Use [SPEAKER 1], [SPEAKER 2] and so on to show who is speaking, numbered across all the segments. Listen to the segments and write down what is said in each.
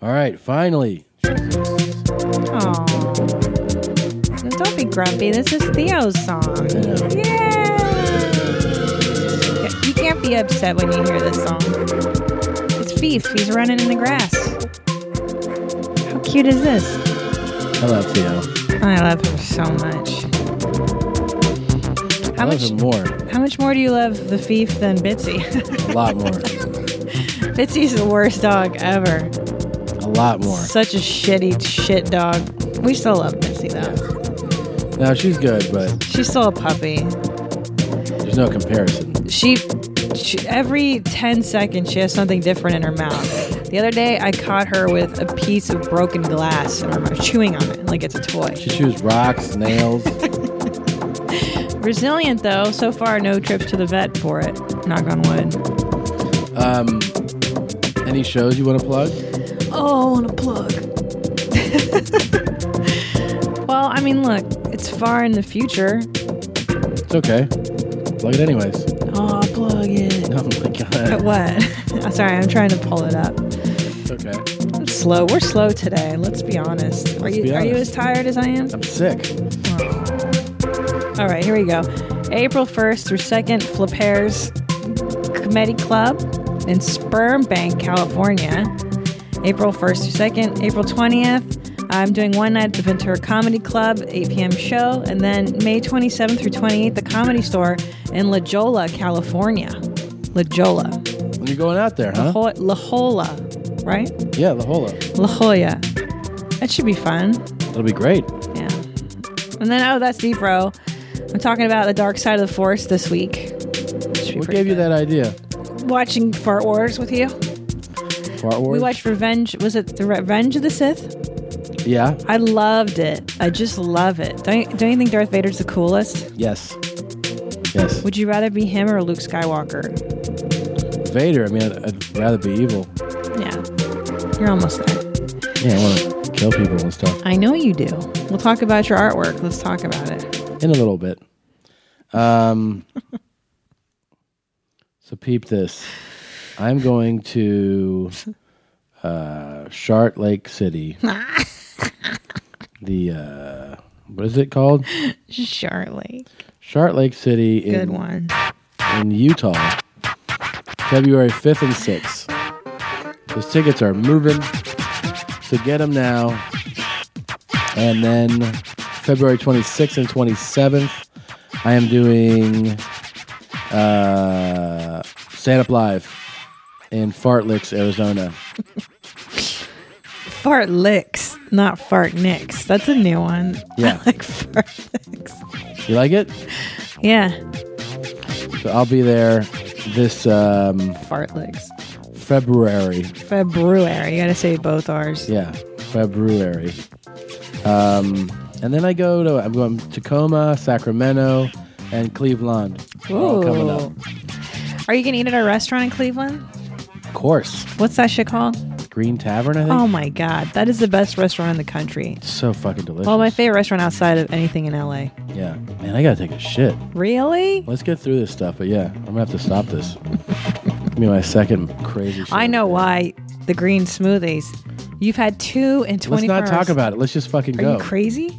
[SPEAKER 1] All right, finally.
[SPEAKER 2] Aww. Don't be grumpy. This is Theo's song.
[SPEAKER 1] I know.
[SPEAKER 2] Yeah. You can't be upset when you hear this song. It's Beef. He's running in the grass. How cute is this?
[SPEAKER 1] I love Theo.
[SPEAKER 2] I love him so much.
[SPEAKER 1] I
[SPEAKER 2] How
[SPEAKER 1] love
[SPEAKER 2] much?
[SPEAKER 1] him more.
[SPEAKER 2] How much more do you love the thief than Bitsy?
[SPEAKER 1] A lot more.
[SPEAKER 2] Bitsy's the worst dog ever.
[SPEAKER 1] A lot more.
[SPEAKER 2] Such a shitty shit dog. We still love Bitsy though.
[SPEAKER 1] Now she's good, but
[SPEAKER 2] She's still a puppy.
[SPEAKER 1] there's no comparison.
[SPEAKER 2] She, she every 10 seconds she has something different in her mouth. The other day I caught her with a piece of broken glass in her mouth, chewing on it like it's a toy.
[SPEAKER 1] She chews rocks, nails.
[SPEAKER 2] Resilient though, so far no trips to the vet for it. Knock on wood.
[SPEAKER 1] um, any shows you want to plug?
[SPEAKER 2] Oh, I want to plug. well, I mean, look, it's far in the future.
[SPEAKER 1] It's okay. Plug it anyways.
[SPEAKER 2] Oh, plug it.
[SPEAKER 1] Oh my
[SPEAKER 2] But
[SPEAKER 1] god.
[SPEAKER 2] what? Sorry, I'm trying to pull it up.
[SPEAKER 1] It's okay.
[SPEAKER 2] I'm slow. We're slow today. Let's be honest. Are you
[SPEAKER 1] be
[SPEAKER 2] are you
[SPEAKER 1] honest.
[SPEAKER 2] as tired as I am?
[SPEAKER 1] I'm sick.
[SPEAKER 2] All right, here we go. April 1st through 2nd, Flippers Comedy Club in Sperm Bank, California. April 1st through 2nd, April 20th. I'm doing one night at the Ventura Comedy Club, 8 p.m. show, and then May 27th through 28th, the Comedy Store in La Jolla, California. La Jolla.
[SPEAKER 1] You're going out there, huh?
[SPEAKER 2] Ho- La Jolla, right?
[SPEAKER 1] Yeah, the whole lot.
[SPEAKER 2] La Jolla. That should be fun.
[SPEAKER 1] It'll be great.
[SPEAKER 2] Yeah. And then, oh, that's Deep Row. I'm talking about the dark side of the force this week.
[SPEAKER 1] What gave you that idea?
[SPEAKER 2] Watching Fart Wars with you.
[SPEAKER 1] Fart Wars?
[SPEAKER 2] We watched Revenge. Was it the Revenge of the Sith?
[SPEAKER 1] Yeah.
[SPEAKER 2] I loved it. I just love it. Don't you, don't you think Darth Vader's the coolest?
[SPEAKER 1] Yes. Yes.
[SPEAKER 2] Would you rather be him or Luke Skywalker?
[SPEAKER 1] Vader. I mean, I'd, I'd rather be evil.
[SPEAKER 2] Yeah. You're almost there.
[SPEAKER 1] Yeah, I want to kill people and stuff.
[SPEAKER 2] I know you do. We'll talk about your artwork. Let's talk about it.
[SPEAKER 1] In a little bit. Um. so peep this. I'm going to uh, Shart Lake City. the uh, what is it called?
[SPEAKER 2] Charlie.
[SPEAKER 1] Shart Lake City
[SPEAKER 2] Good
[SPEAKER 1] in
[SPEAKER 2] one.
[SPEAKER 1] in Utah, February 5th and 6th. Those tickets are moving, so get them now. And then February 26th and 27th, I am doing uh, Stand Up Live in Fartleks, Arizona.
[SPEAKER 2] Fart licks, not fart nicks. That's a new one.
[SPEAKER 1] Yeah.
[SPEAKER 2] I like fart licks.
[SPEAKER 1] You like it?
[SPEAKER 2] Yeah,
[SPEAKER 1] So I'll be there this um,
[SPEAKER 2] fart licks.
[SPEAKER 1] February.
[SPEAKER 2] February. You gotta say both R's.
[SPEAKER 1] Yeah, February. Um, and then I go to I'm going to Tacoma, Sacramento, and Cleveland. are all coming up.
[SPEAKER 2] Are you gonna eat at a restaurant in Cleveland?
[SPEAKER 1] Of course,
[SPEAKER 2] What's that shit called?
[SPEAKER 1] Green Tavern. I think
[SPEAKER 2] Oh my god, that is the best restaurant in the country.
[SPEAKER 1] so fucking delicious.
[SPEAKER 2] Well, Oh. my favorite restaurant outside of anything in LA.
[SPEAKER 1] yeah, man, I gotta take a shit.
[SPEAKER 2] Really?
[SPEAKER 1] Let's get through this stuff. But yeah, I'm gonna have to stop this. Give me my second crazy. Shit.
[SPEAKER 2] I know why. The green smoothies. You've had two in
[SPEAKER 1] Let's
[SPEAKER 2] 24
[SPEAKER 1] not
[SPEAKER 2] hours.
[SPEAKER 1] talk about it. Let's just fucking
[SPEAKER 2] Are
[SPEAKER 1] go.
[SPEAKER 2] you crazy?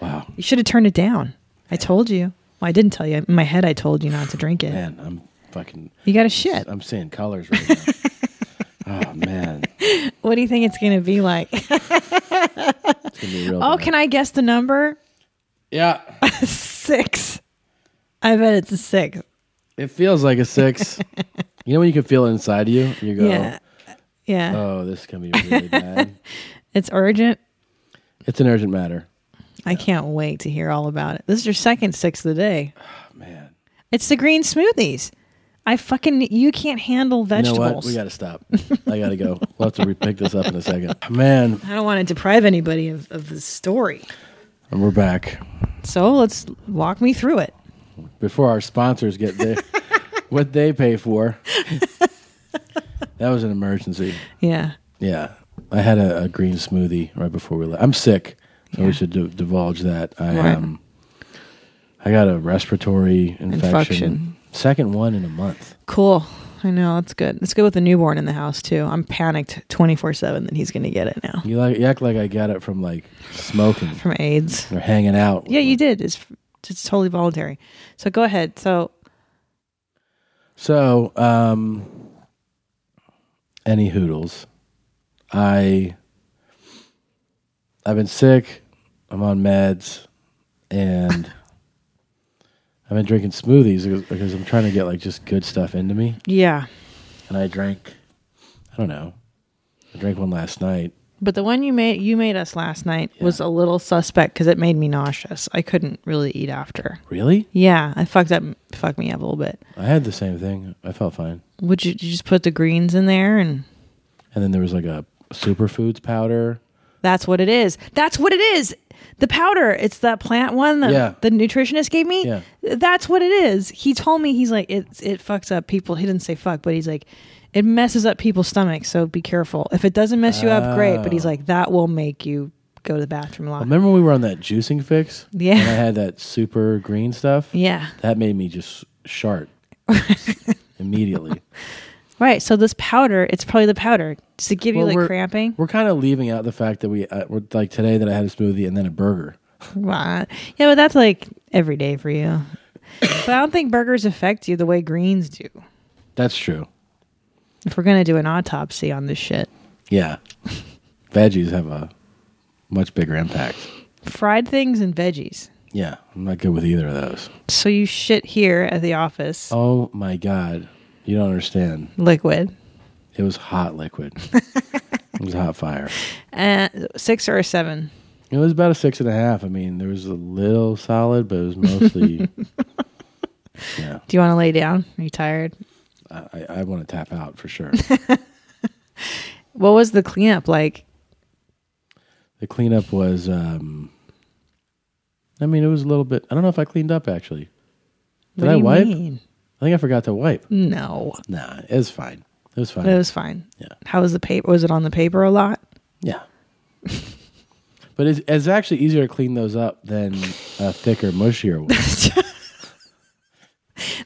[SPEAKER 1] wow,
[SPEAKER 2] You should have turned it down. I told you. Well, I didn't tell you. In my head, I told you not to drink it.
[SPEAKER 1] man, I'm fucking.
[SPEAKER 2] You got a shit.
[SPEAKER 1] I'm seeing colors right now. oh man,
[SPEAKER 2] What do you think it's going to be like?
[SPEAKER 1] it's gonna be real.
[SPEAKER 2] oh,
[SPEAKER 1] bad.
[SPEAKER 2] can I guess the number?
[SPEAKER 1] yeah,
[SPEAKER 2] Six. I bet it's a six.
[SPEAKER 1] it feels like a six. you know when you can feel it inside you. You go.
[SPEAKER 2] Yeah. Yeah.
[SPEAKER 1] Oh, this can be really bad.
[SPEAKER 2] it's urgent.
[SPEAKER 1] It's an urgent matter.
[SPEAKER 2] I can't wait to hear all about it. This is your second six of the day.
[SPEAKER 1] Oh, Man.
[SPEAKER 2] It's the green smoothies. I fucking, you can't handle
[SPEAKER 1] You know
[SPEAKER 2] vegetables.
[SPEAKER 1] what? We got to stop. I got to go. We'll have to re- pick this up in a second. Oh, Man,
[SPEAKER 2] I don't want to deprive anybody of, of the story.
[SPEAKER 1] and we're back.
[SPEAKER 2] So let's walk me through it.
[SPEAKER 1] Before our sponsors get their, what they pay for. that was an emergency.
[SPEAKER 2] Yeah.
[SPEAKER 1] Yeah. I had a, a green smoothie right before we left. I'm sick, so we should d- divulge that. I
[SPEAKER 2] Right.
[SPEAKER 1] um, I got a respiratory infection.
[SPEAKER 2] Infection.
[SPEAKER 1] Second one in a month.
[SPEAKER 2] Cool. I know. That's good. That's good with the newborn in the house, too. I'm panicked 24 7 that he's going to get it now
[SPEAKER 1] You, like, you act like I got it from like smoking
[SPEAKER 2] from AIDS.
[SPEAKER 1] or hanging out.
[SPEAKER 2] Yeah, you did. It's, it's totally voluntary. So go ahead. So,
[SPEAKER 1] So, um, any hoodles? I I've been sick. I'm on meds, and I've been drinking smoothies because, because I'm trying to get like just good stuff into me.
[SPEAKER 2] yeah.
[SPEAKER 1] And I drank, I don't know, I drank one last night.
[SPEAKER 2] But the one you made you made us last night was a little suspect because it made me nauseous. I couldn't really eat after.
[SPEAKER 1] Really?
[SPEAKER 2] Yeah, I fucked up, fucked me up a little bit.
[SPEAKER 1] I had the same thing. I felt fine.
[SPEAKER 2] Would you, you just put the greens in there and
[SPEAKER 1] And then there was like a superfoods powder.
[SPEAKER 2] that's what it is. That's what it is. The powder, it's that plant one that
[SPEAKER 1] Yeah.
[SPEAKER 2] the nutritionist gave me.
[SPEAKER 1] Yeah.
[SPEAKER 2] That's what it is. He told me he's like it it fucks up people. He didn't say fuck, but he's like it messes up people's stomachs, so be careful. If it doesn't mess you up, great, but
[SPEAKER 1] Oh.
[SPEAKER 2] he's like that will make you go to the bathroom a lot.
[SPEAKER 1] Remember when we were on that juicing fix?
[SPEAKER 2] Yeah.
[SPEAKER 1] And I had that super green stuff.
[SPEAKER 2] yeah.
[SPEAKER 1] That made me just shart immediately.
[SPEAKER 2] Right. So this powder, it's probably the powder. Does it give
[SPEAKER 1] Well,
[SPEAKER 2] you like
[SPEAKER 1] we're-
[SPEAKER 2] cramping?
[SPEAKER 1] We're kind of leaving out the fact that we uh, we're, like today that I had a smoothie and then a burger.
[SPEAKER 2] Right. Yeah, but that's like every day for you. but I don't think burgers affect you the way greens do.
[SPEAKER 1] That's true.
[SPEAKER 2] If we're gonna do an autopsy on this shit,
[SPEAKER 1] Yeah, veggies have a much bigger impact.
[SPEAKER 2] fried things and veggies.
[SPEAKER 1] Yeah, I'm not good with either of those.
[SPEAKER 2] So you shit here at the office,
[SPEAKER 1] Oh my god, you don't understand.
[SPEAKER 2] liquid,
[SPEAKER 1] It was hot liquid. it was hot fire.
[SPEAKER 2] and six or a seven.
[SPEAKER 1] It was about a six and a half. I mean, there was a little solid, but it was mostly. yeah,
[SPEAKER 2] Do you want to lay down? Are you tired?
[SPEAKER 1] I, I- I want to tap out for sure.
[SPEAKER 2] What was the cleanup like?
[SPEAKER 1] The cleanup was, um, I mean, it was a little bit. I don't know if I cleaned up actually. Did
[SPEAKER 2] What do
[SPEAKER 1] I
[SPEAKER 2] you
[SPEAKER 1] wipe?
[SPEAKER 2] mean?
[SPEAKER 1] I think I forgot to wipe.
[SPEAKER 2] No,
[SPEAKER 1] Nah, it was fine. It was fine.
[SPEAKER 2] but it was fine.
[SPEAKER 1] Yeah.
[SPEAKER 2] How was the paper? Was it on the paper a lot?
[SPEAKER 1] yeah. but it's, it's actually easier to clean those up than a thicker, mushier one.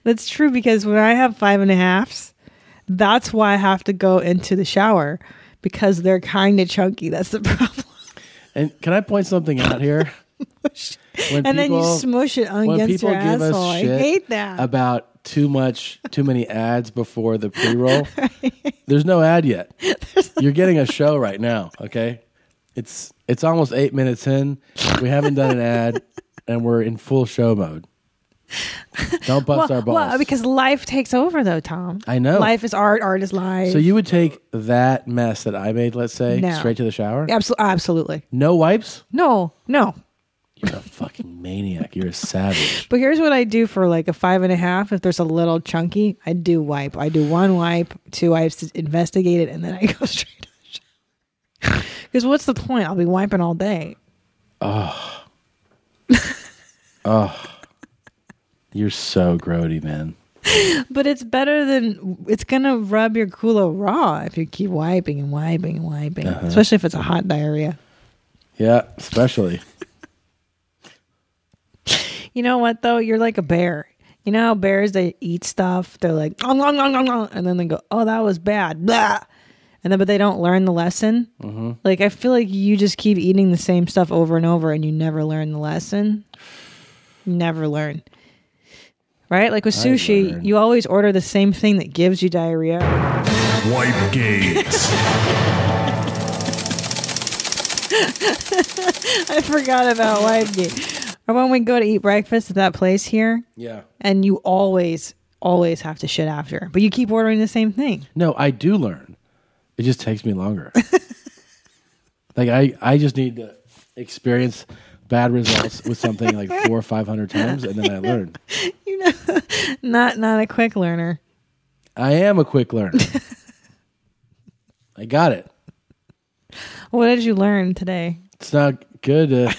[SPEAKER 2] That's true because when I have five and a halves, that's why I have to go into the shower because they're kind of chunky. That's the problem.
[SPEAKER 1] and can I point something out here? When
[SPEAKER 2] And then
[SPEAKER 1] people-
[SPEAKER 2] you smush it
[SPEAKER 1] when
[SPEAKER 2] against
[SPEAKER 1] people
[SPEAKER 2] your
[SPEAKER 1] give
[SPEAKER 2] asshole.
[SPEAKER 1] us
[SPEAKER 2] I
[SPEAKER 1] shit
[SPEAKER 2] hate that.
[SPEAKER 1] about too much, too many ads before the pre-roll. There's no ad yet. You're getting a show right now. Okay, it's it's almost eight minutes in. We haven't done an ad, and we're in full show mode. Don't bust our
[SPEAKER 2] well,
[SPEAKER 1] balls.
[SPEAKER 2] well, because life takes over though, Tom.
[SPEAKER 1] I know.
[SPEAKER 2] Life is art, art is life.
[SPEAKER 1] so you would take that mess that I made, let's say,
[SPEAKER 2] No.
[SPEAKER 1] straight to the shower.
[SPEAKER 2] Absol- absolutely.
[SPEAKER 1] No wipes.
[SPEAKER 2] No, no.
[SPEAKER 1] You're a fucking maniac. You're a savage.
[SPEAKER 2] But here's what I do for like a five and a half. If there's a little chunky, I do wipe. I do one wipe, two wipes to investigate it, and then I go straight to the shower. Because what's the point? I'll be wiping all day.
[SPEAKER 1] You're so grody, man.
[SPEAKER 2] But it's better than it's gonna rub your culo raw if you keep wiping and wiping and wiping, especially if it's a hot diarrhea.
[SPEAKER 1] Yeah, especially.
[SPEAKER 2] You know what though? You're like a bear. You know how bears they eat stuff. They're like, "Nom, nom, nom, nom, nom," and then they go, "Oh, that was bad," blah, and then but they don't learn the lesson.
[SPEAKER 3] Mm-hmm.
[SPEAKER 2] Like I feel like you just keep eating the same stuff over and over, and you never learn the lesson. Never learn. Right? Like with sushi,
[SPEAKER 1] learn.
[SPEAKER 2] you always order the same thing that gives you diarrhea.
[SPEAKER 3] Wipe gates.
[SPEAKER 2] I forgot about Wygate. Or when we go to eat breakfast at that place here,
[SPEAKER 1] Yeah.
[SPEAKER 2] and you always, always have to shit after, but you keep ordering the same thing.
[SPEAKER 1] No, I do learn. It just takes me longer. like I, I just need to experience bad results with something like four or five hundred times, and then I learn.
[SPEAKER 2] you know, not not a quick learner.
[SPEAKER 1] I am a quick learner. I got it.
[SPEAKER 2] What did you learn today?
[SPEAKER 1] It's not good to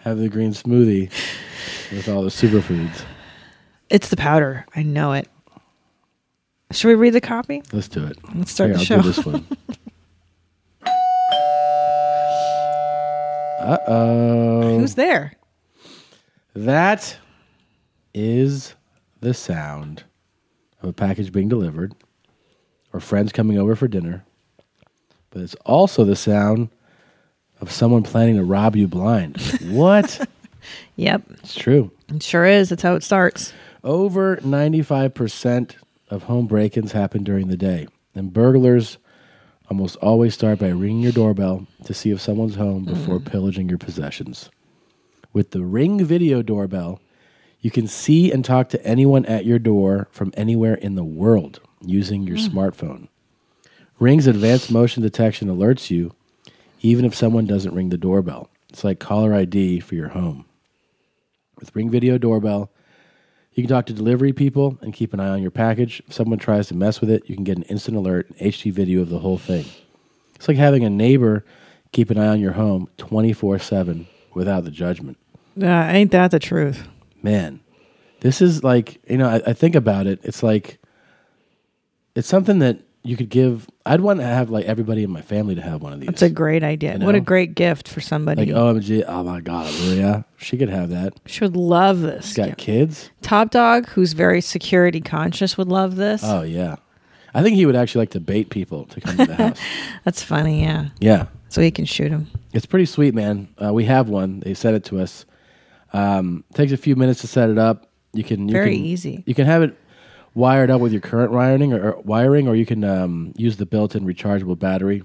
[SPEAKER 1] have the green smoothie with all the superfoods.
[SPEAKER 2] It's the powder. I know it. Should we read the copy?
[SPEAKER 1] Let's do it.
[SPEAKER 2] Let's
[SPEAKER 1] Here,
[SPEAKER 2] start the
[SPEAKER 1] I'll
[SPEAKER 2] show.
[SPEAKER 1] do this one. Uh oh.
[SPEAKER 2] Who's there?
[SPEAKER 1] That is the sound of a package being delivered or friends coming over for dinner, but it's also the sound of someone planning to rob you blind. what?
[SPEAKER 2] Yep.
[SPEAKER 1] It's true.
[SPEAKER 2] It sure is. That's how it starts.
[SPEAKER 1] Over 95% of home break ins happen during the day, and burglars almost always start by ringing your doorbell to see if someone's home before pillaging your possessions. With the Ring Video doorbell, you can see and talk to anyone at your door from anywhere in the world using your smartphone. Ring's advanced motion detection alerts you even if someone doesn't ring the doorbell. It's like caller ID for your home. With Ring Video doorbell, you can talk to delivery people and keep an eye on your package. If someone tries to mess with it, you can get an instant alert and HD video of the whole thing. It's like having a neighbor keep an eye on your home 24 7 without the judgment.
[SPEAKER 2] Yeah, Uh, ain't that the truth?
[SPEAKER 1] Man, this is like, you know, I, I think about it. It's like, it's something that you could give. I'd want to have like everybody in my family to have one of these.
[SPEAKER 2] It's a great idea. What a
[SPEAKER 1] know?
[SPEAKER 2] great gift for somebody.
[SPEAKER 1] like, OMG, oh my God, Maria, she could have that.
[SPEAKER 2] She would love this.
[SPEAKER 1] Got
[SPEAKER 2] Yeah.
[SPEAKER 1] kids?
[SPEAKER 2] Top Dog, who's very security conscious, would love this.
[SPEAKER 1] Oh, yeah. I think he would actually like to bait people to come to the house.
[SPEAKER 2] That's funny. Yeah.
[SPEAKER 1] Yeah.
[SPEAKER 2] So he can shoot him.
[SPEAKER 1] It's pretty sweet, man. Uh, we have one. They sent it to us. Um, takes a few minutes to set it up. You can you
[SPEAKER 2] Very
[SPEAKER 1] can-
[SPEAKER 2] easy.
[SPEAKER 1] You can have it wired up with your current wiring, or, or wiring, or you can um, use the built-in rechargeable battery.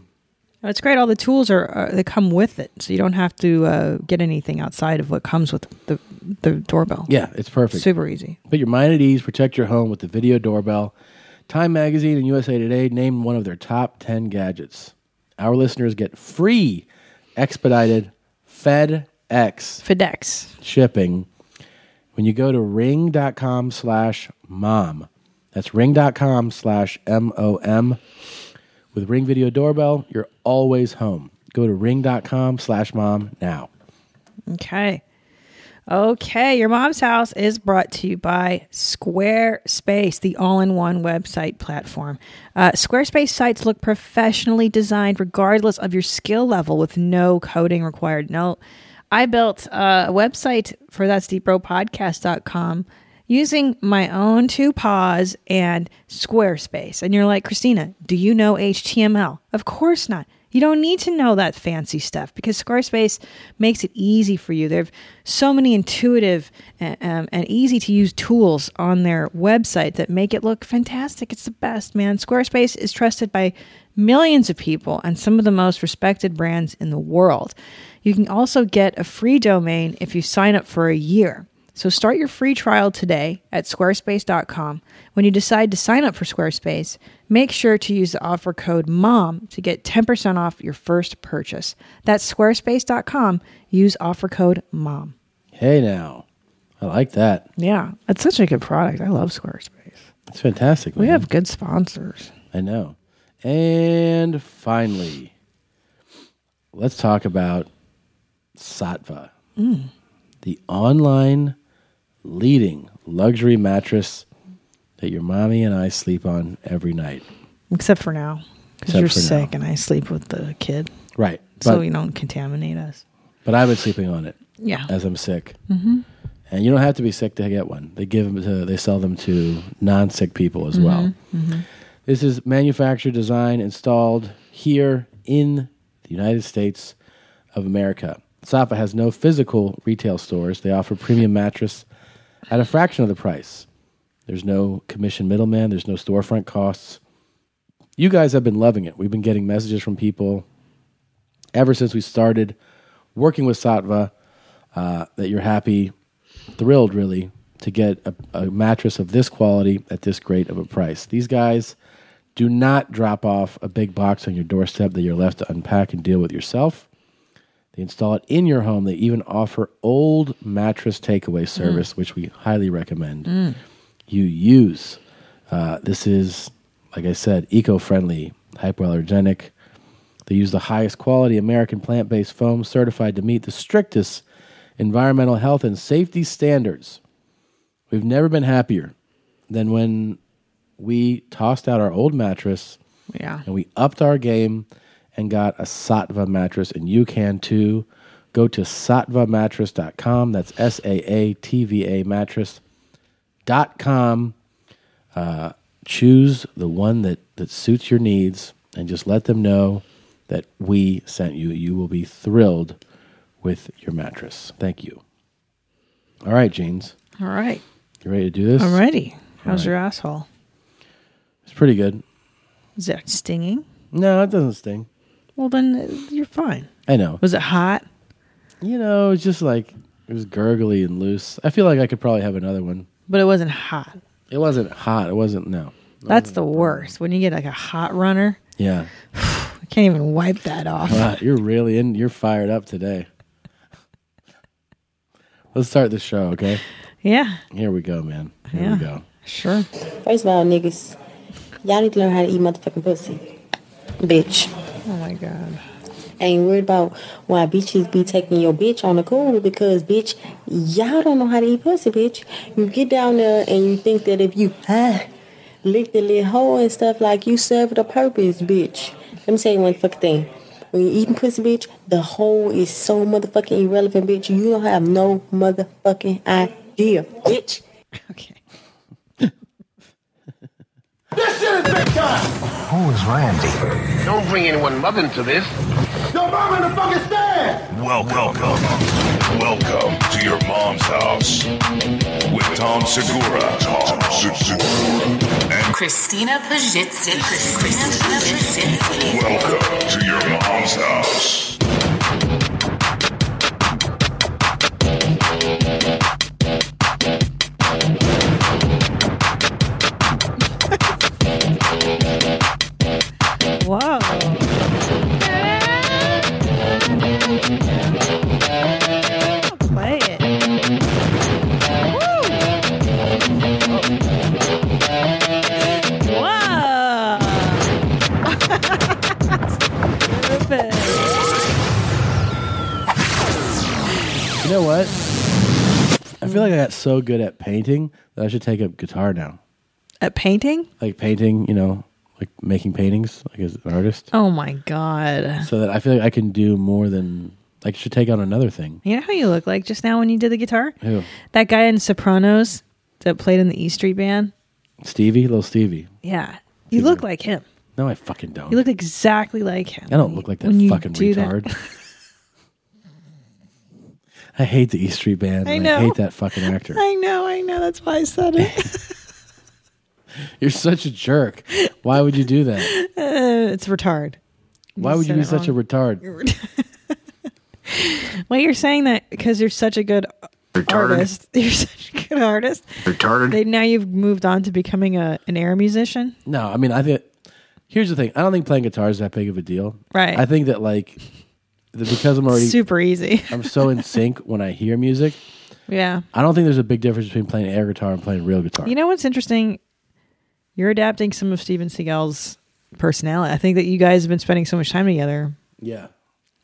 [SPEAKER 2] Oh, It's great. All the tools are, are they come with it, so you don't have to uh, get anything outside of what comes with the the doorbell.
[SPEAKER 1] Yeah, it's perfect.
[SPEAKER 2] super easy.
[SPEAKER 1] Put your mind at ease. Protect your home with the video doorbell. Time Magazine and USA Today named one of their top ten gadgets. Our listeners get free, expedited FedEx
[SPEAKER 2] FedEx.
[SPEAKER 1] shipping when you go to ring.com slash mom that's ring.com slash m-o-m with ring video doorbell you're always home go to ring.com slash mom now
[SPEAKER 2] Okay. Okay, your mom's house is brought to you by Squarespace, the all in one website platform. Uh, Squarespace sites look professionally designed regardless of your skill level with no coding required. No, I built uh, a website for that's deeprowpodcast.com using my own two paws and Squarespace. And you're like, Christina, do you know HTML? Of course not. You don't need to know that fancy stuff because Squarespace makes it easy for you. They have so many intuitive uh, um, and easy to use tools on their website that make it look fantastic. It's the best, man. Squarespace is trusted by millions of people and some of the most respected brands in the world. You can also get a free domain if you sign up for a year. So start your free trial today at squarespace.com. When you decide to sign up for Squarespace, make sure to use the offer code MOM to get 10% off your first purchase. That's squarespace.com. Use offer code MOM.
[SPEAKER 1] hey now i like that
[SPEAKER 2] Yeah, it's such a good product. I love Squarespace.
[SPEAKER 1] it's fantastic
[SPEAKER 2] We
[SPEAKER 1] man.
[SPEAKER 2] have good sponsors.
[SPEAKER 1] i know and finally let's talk about satva the online leading luxury mattress that your mommy and i sleep on every night
[SPEAKER 2] Except for now. Because
[SPEAKER 1] Except
[SPEAKER 2] you're
[SPEAKER 1] for now.
[SPEAKER 2] sick and I sleep with the kid.
[SPEAKER 1] Right. But,
[SPEAKER 2] so you don't contaminate us.
[SPEAKER 1] but I've been sleeping on it
[SPEAKER 2] Yeah.
[SPEAKER 1] as I'm sick. Mm-hmm. And you don't have to be sick to get one. They give them to, they sell them to non-sick people as well. This is manufactured, designed, installed here in the United States of America. Safa has no physical retail stores. They offer premium mattress at a fraction of the price. There's no commission middleman. There's no storefront costs. You guys have been loving it. We've been getting messages from people ever since we started working with Satva uh, that you're happy, thrilled really to get a, a mattress of this quality at this great of a price. These guys do not drop off a big box on your doorstep that you're left to unpack and deal with yourself. They install it in your home. They even offer old mattress takeaway service, which we highly recommend you use. Uh, this is, like I said, eco friendly, hypoallergenic. They use the highest quality American plant based foam certified to meet the strictest environmental health and safety standards. We've never been happier than when we tossed out our old mattress
[SPEAKER 2] yeah.
[SPEAKER 1] and we upped our game and got a Satva mattress, and you can too. Go to satvamattress.com. That's S A A T V A mattress.com. Uh, choose the one that, that suits your needs and just let them know that we sent you. You will be thrilled with your mattress. Thank you. All right, Jeans.
[SPEAKER 2] All right.
[SPEAKER 1] You ready to do this?
[SPEAKER 2] I'm ready. How's
[SPEAKER 1] All right.
[SPEAKER 2] your asshole?
[SPEAKER 1] It's pretty good.
[SPEAKER 2] Is it stinging?
[SPEAKER 1] No, it doesn't sting.
[SPEAKER 2] Well, then uh, you're fine.
[SPEAKER 1] I know.
[SPEAKER 2] Was it hot?
[SPEAKER 1] You know, it's just like it was gurgly and loose. I feel like I could probably have another one.
[SPEAKER 2] But it wasn't hot.
[SPEAKER 1] It wasn't hot. It wasn't no.
[SPEAKER 2] That's the worst. When you get like a hot runner,
[SPEAKER 1] Yeah.
[SPEAKER 2] I can't even wipe that off.
[SPEAKER 1] Wow, you're really in you're fired up today. Let's start the show, okay?
[SPEAKER 2] Yeah,
[SPEAKER 1] Here we go, man. Here
[SPEAKER 2] Yeah.
[SPEAKER 1] we go.
[SPEAKER 2] sure.
[SPEAKER 4] First of all, niggas, y'all need to learn how to eat motherfucking pussy. Bitch.
[SPEAKER 2] Oh my god.
[SPEAKER 4] Ain't worried about why bitches be taking your bitch on the cool because, bitch, y'all don't know how to eat pussy, bitch. You get down there and you think that if you ah, lick the little hole and stuff, like you served a purpose, bitch. Let me tell you one fucking thing. When you eating pussy, bitch, the hole is so motherfucking irrelevant, bitch. You don't have no motherfucking idea, bitch.
[SPEAKER 2] Okay.
[SPEAKER 5] Who is Randy?
[SPEAKER 6] Don't bring anyone mother into this.
[SPEAKER 7] Your mom in the fucking stand!
[SPEAKER 3] Welcome. Welcome to your mom's house with Tom Segura. Tom Segura. And
[SPEAKER 8] Christina Pajitsin. Christina Pajitsin.
[SPEAKER 3] welcome to your mom's house.
[SPEAKER 2] Whoa. Play it. Woo. Whoa. Rip it.
[SPEAKER 1] You know what? I feel like I got so good at painting that I should take up guitar now.
[SPEAKER 2] At painting?
[SPEAKER 1] Like painting, you know, like making paintings, like as an artist.
[SPEAKER 2] Oh my god.
[SPEAKER 1] So that I feel like I can do more than like should take on another thing.
[SPEAKER 2] You know how you look like just now when you did the guitar?
[SPEAKER 1] Who?
[SPEAKER 2] That guy in Sopranos that played in the E Street band?
[SPEAKER 1] Stevie, little Stevie.
[SPEAKER 2] Yeah. You look like him.
[SPEAKER 1] No, I fucking don't.
[SPEAKER 2] You look exactly like him.
[SPEAKER 1] I don't look like that
[SPEAKER 2] When you
[SPEAKER 1] fucking
[SPEAKER 2] do that-
[SPEAKER 1] retard. I hate the E Street Band.
[SPEAKER 2] I
[SPEAKER 1] and
[SPEAKER 2] know.
[SPEAKER 1] I hate that fucking actor.
[SPEAKER 2] I know, I know. That's why I said it.
[SPEAKER 1] You're such a jerk. Why would you do that?
[SPEAKER 2] it's retard.
[SPEAKER 1] Why would you
[SPEAKER 2] said
[SPEAKER 1] be
[SPEAKER 2] it
[SPEAKER 1] such a retard?
[SPEAKER 2] Well, you're saying that because you're such a good artist. You're such a good artist.
[SPEAKER 6] Retarded.
[SPEAKER 2] They, now you've moved on to becoming a an air musician.
[SPEAKER 1] No, I mean, I think. Here's the thing. I don't think playing guitar is that big of a deal.
[SPEAKER 2] Right.
[SPEAKER 1] I think that like the, because I'm already
[SPEAKER 2] Super easy.
[SPEAKER 1] I'm so in sync when I hear music.
[SPEAKER 2] yeah.
[SPEAKER 1] I don't think there's a big difference between playing air guitar and playing real guitar.
[SPEAKER 2] You know what's interesting? You're adapting some of Steven Seagal's personality. I think that you guys have been spending so much time together.
[SPEAKER 1] yeah.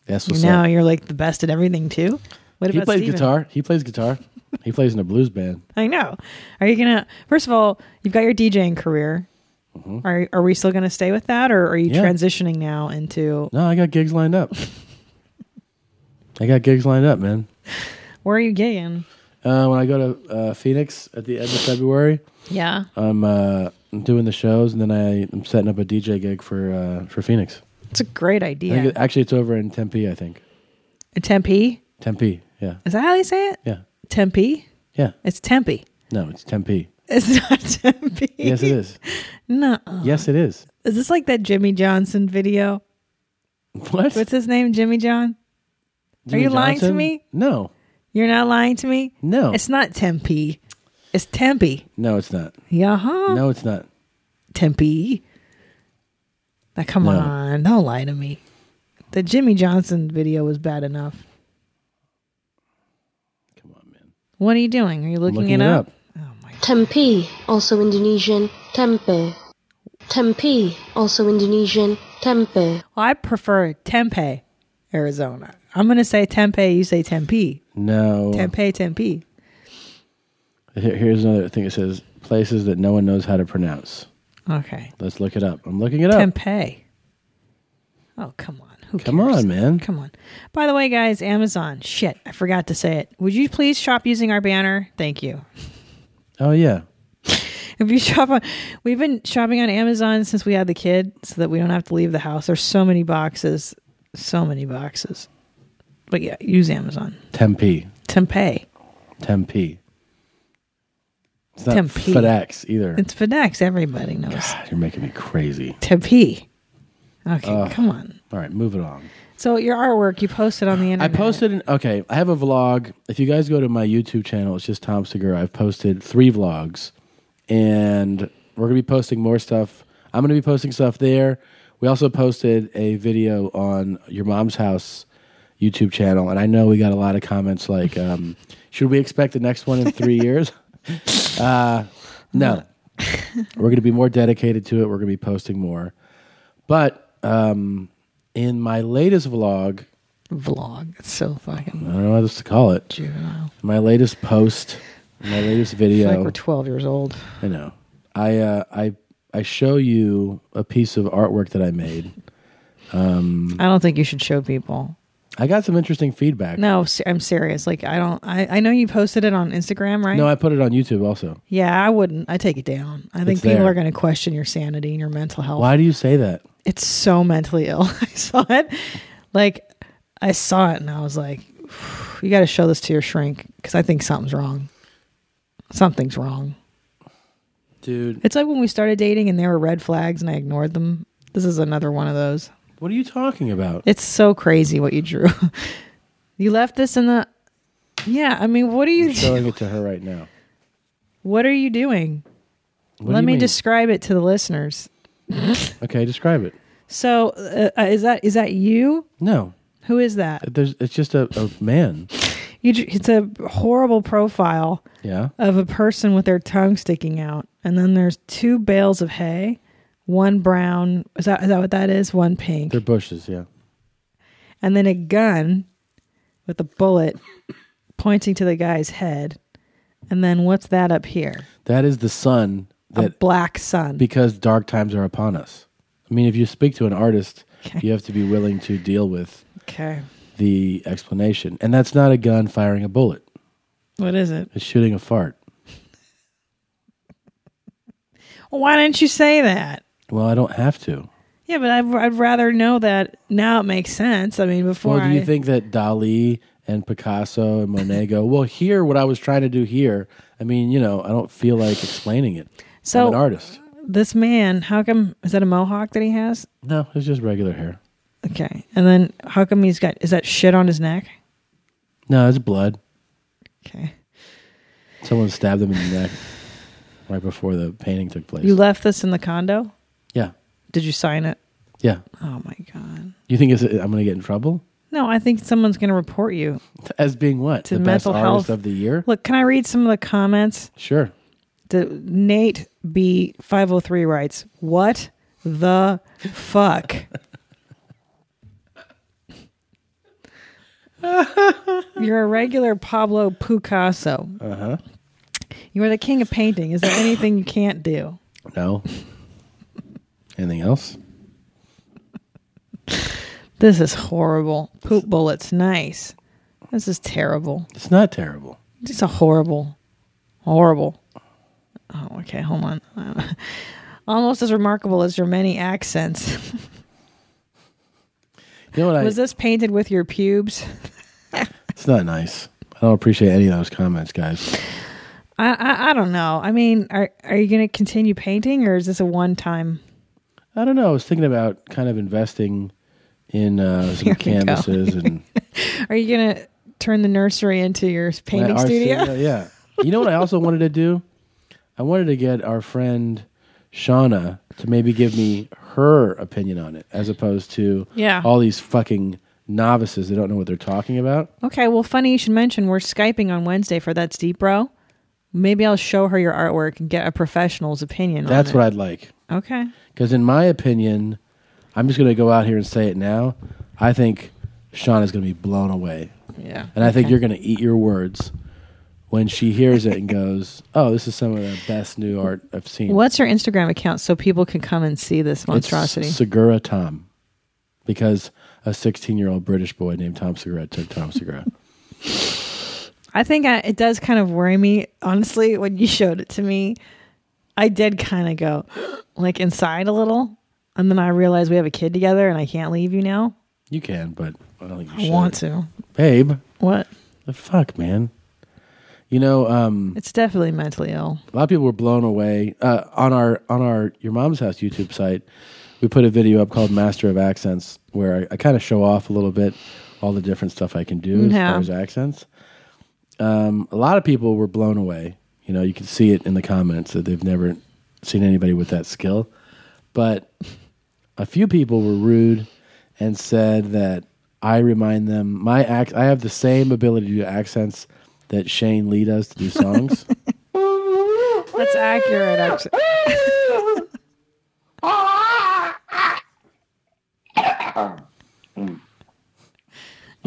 [SPEAKER 1] That's what's
[SPEAKER 2] now
[SPEAKER 1] up.
[SPEAKER 2] you're like the best at everything too. What
[SPEAKER 1] He
[SPEAKER 2] about
[SPEAKER 1] plays
[SPEAKER 2] Steven?
[SPEAKER 1] guitar. He plays guitar. he plays in a blues band.
[SPEAKER 2] I know. Are you gonna? First of all, you've got your DJing career. Are are we still gonna stay with that, or are you
[SPEAKER 1] Mm-hmm. Yeah.
[SPEAKER 2] transitioning now into
[SPEAKER 1] No, I got gigs lined up. I got gigs lined up, man.
[SPEAKER 2] where are you gigging?
[SPEAKER 1] Uh, when I go to uh, Phoenix at the end of February,
[SPEAKER 2] Yeah.
[SPEAKER 1] I'm uh, I'm doing the shows, and then I, I'm setting up a DJ gig for uh, for Phoenix.
[SPEAKER 2] It's a great
[SPEAKER 1] I
[SPEAKER 2] idea.
[SPEAKER 1] think it, actually, it's over in Tempe, I think.
[SPEAKER 2] Tempe.
[SPEAKER 1] Tempe, yeah,
[SPEAKER 2] Is that how they say it?
[SPEAKER 1] yeah,
[SPEAKER 2] Tempe.
[SPEAKER 1] yeah.
[SPEAKER 2] It's Tempe.
[SPEAKER 1] No, it's Tempe.
[SPEAKER 2] It's not Tempe.
[SPEAKER 1] Yes, it is.
[SPEAKER 2] No.
[SPEAKER 1] Yes, it is.
[SPEAKER 2] Is this like that Jimmy Johnson video?
[SPEAKER 1] What?
[SPEAKER 2] What's his name? Jimmy John?
[SPEAKER 1] Jimmy
[SPEAKER 2] you lying to
[SPEAKER 1] Johnson?
[SPEAKER 2] me?
[SPEAKER 1] No,
[SPEAKER 2] You're not lying to me?
[SPEAKER 1] no,
[SPEAKER 2] It's not Tempe. It's Tempe.
[SPEAKER 1] no, it's not.
[SPEAKER 2] Yeah, huh?
[SPEAKER 1] No, it's not.
[SPEAKER 2] Tempe. Now, come
[SPEAKER 1] No.
[SPEAKER 2] on. Don't lie to me. The Jimmy Johnson video was bad enough.
[SPEAKER 1] Come on, man.
[SPEAKER 2] What are you doing? Are you
[SPEAKER 1] I'm
[SPEAKER 2] looking,
[SPEAKER 1] looking it up.
[SPEAKER 2] Oh, my.
[SPEAKER 9] Tempe, also Indonesian, tempe. Tempe, also Indonesian, tempe.
[SPEAKER 2] Well, I prefer Tempe, Arizona. I'm going to say Tempe. You say Tempe.
[SPEAKER 1] No.
[SPEAKER 2] Tempe, Tempe.
[SPEAKER 1] Here- Here's another thing. It says places that no one knows how to pronounce.
[SPEAKER 2] Okay.
[SPEAKER 1] Let's look it up. I'm looking it up.
[SPEAKER 2] Tempe. Oh, come on. Who
[SPEAKER 1] Come
[SPEAKER 2] cares?
[SPEAKER 1] on, man.
[SPEAKER 2] Come on. By the way, guys, Amazon. Shit, I forgot to say it. Would you please shop using our banner? Thank you.
[SPEAKER 1] Oh yeah.
[SPEAKER 2] It If you shop on, we've been shopping on Amazon since we had the kid, so that we don't have to leave the house. There's so many boxes, so many boxes. But yeah, use Amazon.
[SPEAKER 1] Tempe.
[SPEAKER 2] Tempeh.
[SPEAKER 1] Tempe. It's not
[SPEAKER 2] Tempe.
[SPEAKER 1] FedEx either.
[SPEAKER 2] It's FedEx. Everybody knows
[SPEAKER 1] God, you're making me crazy.
[SPEAKER 2] Tempeh. Okay, come on.
[SPEAKER 1] All right, move it on.
[SPEAKER 2] So your artwork you posted on the
[SPEAKER 1] I
[SPEAKER 2] internet.
[SPEAKER 1] posted an okay. I have a vlog. If you guys go to my YouTube channel, it's just Tom Segura. I've posted three vlogs, and we're gonna be posting more stuff. I'm gonna be posting stuff there. We also posted a video on your mom's house YouTube channel, and I know we got a lot of comments like, um, "Should we expect the next one in three years?" Uh, no, we're gonna be more dedicated to it. We're gonna be posting more, but um, in my latest vlog.
[SPEAKER 2] vlog. It's so fucking
[SPEAKER 1] I don't know what else to call it.
[SPEAKER 2] juvenile.
[SPEAKER 1] My latest post, my latest
[SPEAKER 2] It's
[SPEAKER 1] video.
[SPEAKER 2] Like we're 12 years old.
[SPEAKER 1] I know. I uh, I I show you a piece of artwork that I made. Mm.
[SPEAKER 2] I don't think you should show people.
[SPEAKER 1] I got some interesting feedback.
[SPEAKER 2] No, se- I'm serious. Like I don't. I, I know you posted it on Instagram, right?
[SPEAKER 1] No, I put it on YouTube also.
[SPEAKER 2] yeah, I wouldn't. I take it down. I think
[SPEAKER 1] It's
[SPEAKER 2] people
[SPEAKER 1] there.
[SPEAKER 2] are going to question your sanity and your mental health.
[SPEAKER 1] Why do you say that?
[SPEAKER 2] It's so mentally ill. I saw it. Like I saw it, and I was like, you got to show this to your shrink because I think something's wrong. Something's wrong.
[SPEAKER 1] Dude,
[SPEAKER 2] It's like when we started dating and there were red flags and I ignored them. This is another one of those.
[SPEAKER 1] what are you talking about?
[SPEAKER 2] It's so crazy what you drew. you left this in the. Yeah, I mean, what are you?
[SPEAKER 1] I'm
[SPEAKER 2] do-
[SPEAKER 1] showing it to her right now.
[SPEAKER 2] What are you doing?
[SPEAKER 1] What do
[SPEAKER 2] Let
[SPEAKER 1] you
[SPEAKER 2] me
[SPEAKER 1] mean?
[SPEAKER 2] describe it to the listeners.
[SPEAKER 1] Okay, describe it.
[SPEAKER 2] So, uh, uh, is that is that you?
[SPEAKER 1] No.
[SPEAKER 2] Who is that?
[SPEAKER 1] There's it's just a, a man.
[SPEAKER 2] You, dr- it's a horrible profile
[SPEAKER 1] Yeah.
[SPEAKER 2] of a person with their tongue sticking out, and then there's two bales of hay, one brown. Is that is that what that is? One pink,
[SPEAKER 1] They're bushes, yeah.
[SPEAKER 2] and then a gun with a bullet pointing to the guy's head, and then what's that up here?
[SPEAKER 1] That is the sun
[SPEAKER 2] A
[SPEAKER 1] that
[SPEAKER 2] black sun.
[SPEAKER 1] because dark times are upon us. I mean, if you speak to an artist,
[SPEAKER 2] Okay.
[SPEAKER 1] you have to be willing to deal with
[SPEAKER 2] okay,
[SPEAKER 1] the explanation. And that's not a gun firing a bullet.
[SPEAKER 2] what is it?
[SPEAKER 1] It's shooting a fart.
[SPEAKER 2] Why didn't you say that?
[SPEAKER 1] Well, I don't have to.
[SPEAKER 2] Yeah, but I'd, I'd rather know that now it makes sense. I mean, before
[SPEAKER 1] well, do you
[SPEAKER 2] I-
[SPEAKER 1] think that Dali and Picasso and Monet go, well, here, what I was trying to do here? I mean, you know, I don't feel like explaining it.
[SPEAKER 2] So-
[SPEAKER 1] I'm an artist.
[SPEAKER 2] this man, how come is that a mohawk that he has?
[SPEAKER 1] No, it's just regular hair.
[SPEAKER 2] Okay, and then how come he's got is that shit on his neck?
[SPEAKER 1] No, it's blood.
[SPEAKER 2] Okay,
[SPEAKER 1] Someone stabbed him in the neck right before the painting took place.
[SPEAKER 2] you left this in the condo.
[SPEAKER 1] yeah.
[SPEAKER 2] Did you sign it?
[SPEAKER 1] Yeah.
[SPEAKER 2] Oh my god!
[SPEAKER 1] You think it's, I'm going to get in trouble?
[SPEAKER 2] No, I think someone's going to report you.
[SPEAKER 1] As being what?
[SPEAKER 2] To
[SPEAKER 1] the best
[SPEAKER 2] mental
[SPEAKER 1] artist
[SPEAKER 2] health.
[SPEAKER 1] of the year?
[SPEAKER 2] Look, can I read some of the comments?
[SPEAKER 1] Sure.
[SPEAKER 2] The Nate B five hundred three writes, "What the fuck." You're a regular Pablo Picasso. Uh huh. You are the king of painting. Is there anything you can't do?
[SPEAKER 1] No. Anything else?
[SPEAKER 2] This is horrible. Poop bullets, nice. This is terrible.
[SPEAKER 1] It's not terrible.
[SPEAKER 2] It's a horrible, horrible. Oh, okay. Hold on. Almost as remarkable as your many accents.
[SPEAKER 1] You know what I,
[SPEAKER 2] Was this painted with your pubes?
[SPEAKER 1] It's not nice. I don't appreciate any of those comments, guys.
[SPEAKER 2] I I, I don't know. I mean, are are you going to continue painting, or is this a one time?
[SPEAKER 1] I don't know. I was thinking about kind of investing in uh, some
[SPEAKER 2] Here we go.
[SPEAKER 1] canvases and
[SPEAKER 2] Are you going to turn the nursery into your
[SPEAKER 1] my
[SPEAKER 2] painting
[SPEAKER 1] art
[SPEAKER 2] studio?
[SPEAKER 1] Yeah. You know what I also wanted to do? I wanted to get our friend Shauna to maybe give me her opinion on it, as opposed to
[SPEAKER 2] Yeah.
[SPEAKER 1] all these fucking novices that don't know what they're talking about.
[SPEAKER 2] Okay, well, funny you should mention we're Skyping on Wednesday for That's Deep Bro. Maybe I'll show her your artwork and get a professional's opinion
[SPEAKER 1] That's what I'd like.
[SPEAKER 2] I. Okay.
[SPEAKER 1] Because in my opinion, I'm just going to go out here and say it now. I think Shauna's going to be blown away
[SPEAKER 2] Yeah.
[SPEAKER 1] And I think you're going to eat your words when she hears it and goes, "Oh, this is some of the best new art I've seen."
[SPEAKER 2] What's your Instagram account so people can come and see this
[SPEAKER 1] It's
[SPEAKER 2] monstrosity?
[SPEAKER 1] Segura Tom, because a 16-year-old British boy named Tom Segura took Tom Segura.
[SPEAKER 2] I think I, it does kind of worry me, honestly, when you showed it to me. I did kind of go like inside a little, and then I realized we have a kid together, and I can't leave you now.
[SPEAKER 1] You can, but I don't think you
[SPEAKER 2] I
[SPEAKER 1] should.
[SPEAKER 2] want to.
[SPEAKER 1] Babe,
[SPEAKER 2] What?
[SPEAKER 1] the fuck, man. You know, um,
[SPEAKER 2] It's definitely mentally ill.
[SPEAKER 1] a lot of people were blown away uh, on our on our your mom's house YouTube site. We put a video up called "Master of Accents," where I, I kind of show off a little bit all the different stuff I can do as
[SPEAKER 2] Yeah.
[SPEAKER 1] far as accents. Um, a lot of people were blown away. You know, you can see it in the comments that they've never seen anybody with that skill. But a few people were rude and said that I remind them my ac- I have the same ability to do accents that Shane Lee does to do songs.
[SPEAKER 2] That's accurate. Actually.
[SPEAKER 5] A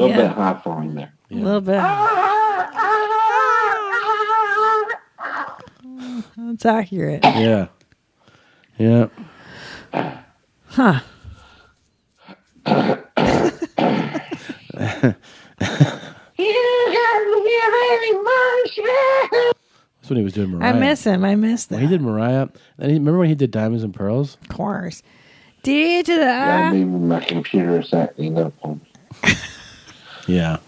[SPEAKER 5] little
[SPEAKER 2] Yeah.
[SPEAKER 5] bit high flying there.
[SPEAKER 2] A little bit. That's accurate.
[SPEAKER 1] Yeah. Yeah.
[SPEAKER 2] Huh.
[SPEAKER 1] That's when he was doing
[SPEAKER 2] I
[SPEAKER 1] Mariah.
[SPEAKER 2] miss him. I miss
[SPEAKER 1] When he
[SPEAKER 2] that.
[SPEAKER 1] did Mariah. And he, remember when he did Diamonds and Pearls?
[SPEAKER 2] Of course. D to the
[SPEAKER 5] Yeah,
[SPEAKER 2] I.
[SPEAKER 5] maybe my computer is acting up on me.
[SPEAKER 1] Yeah.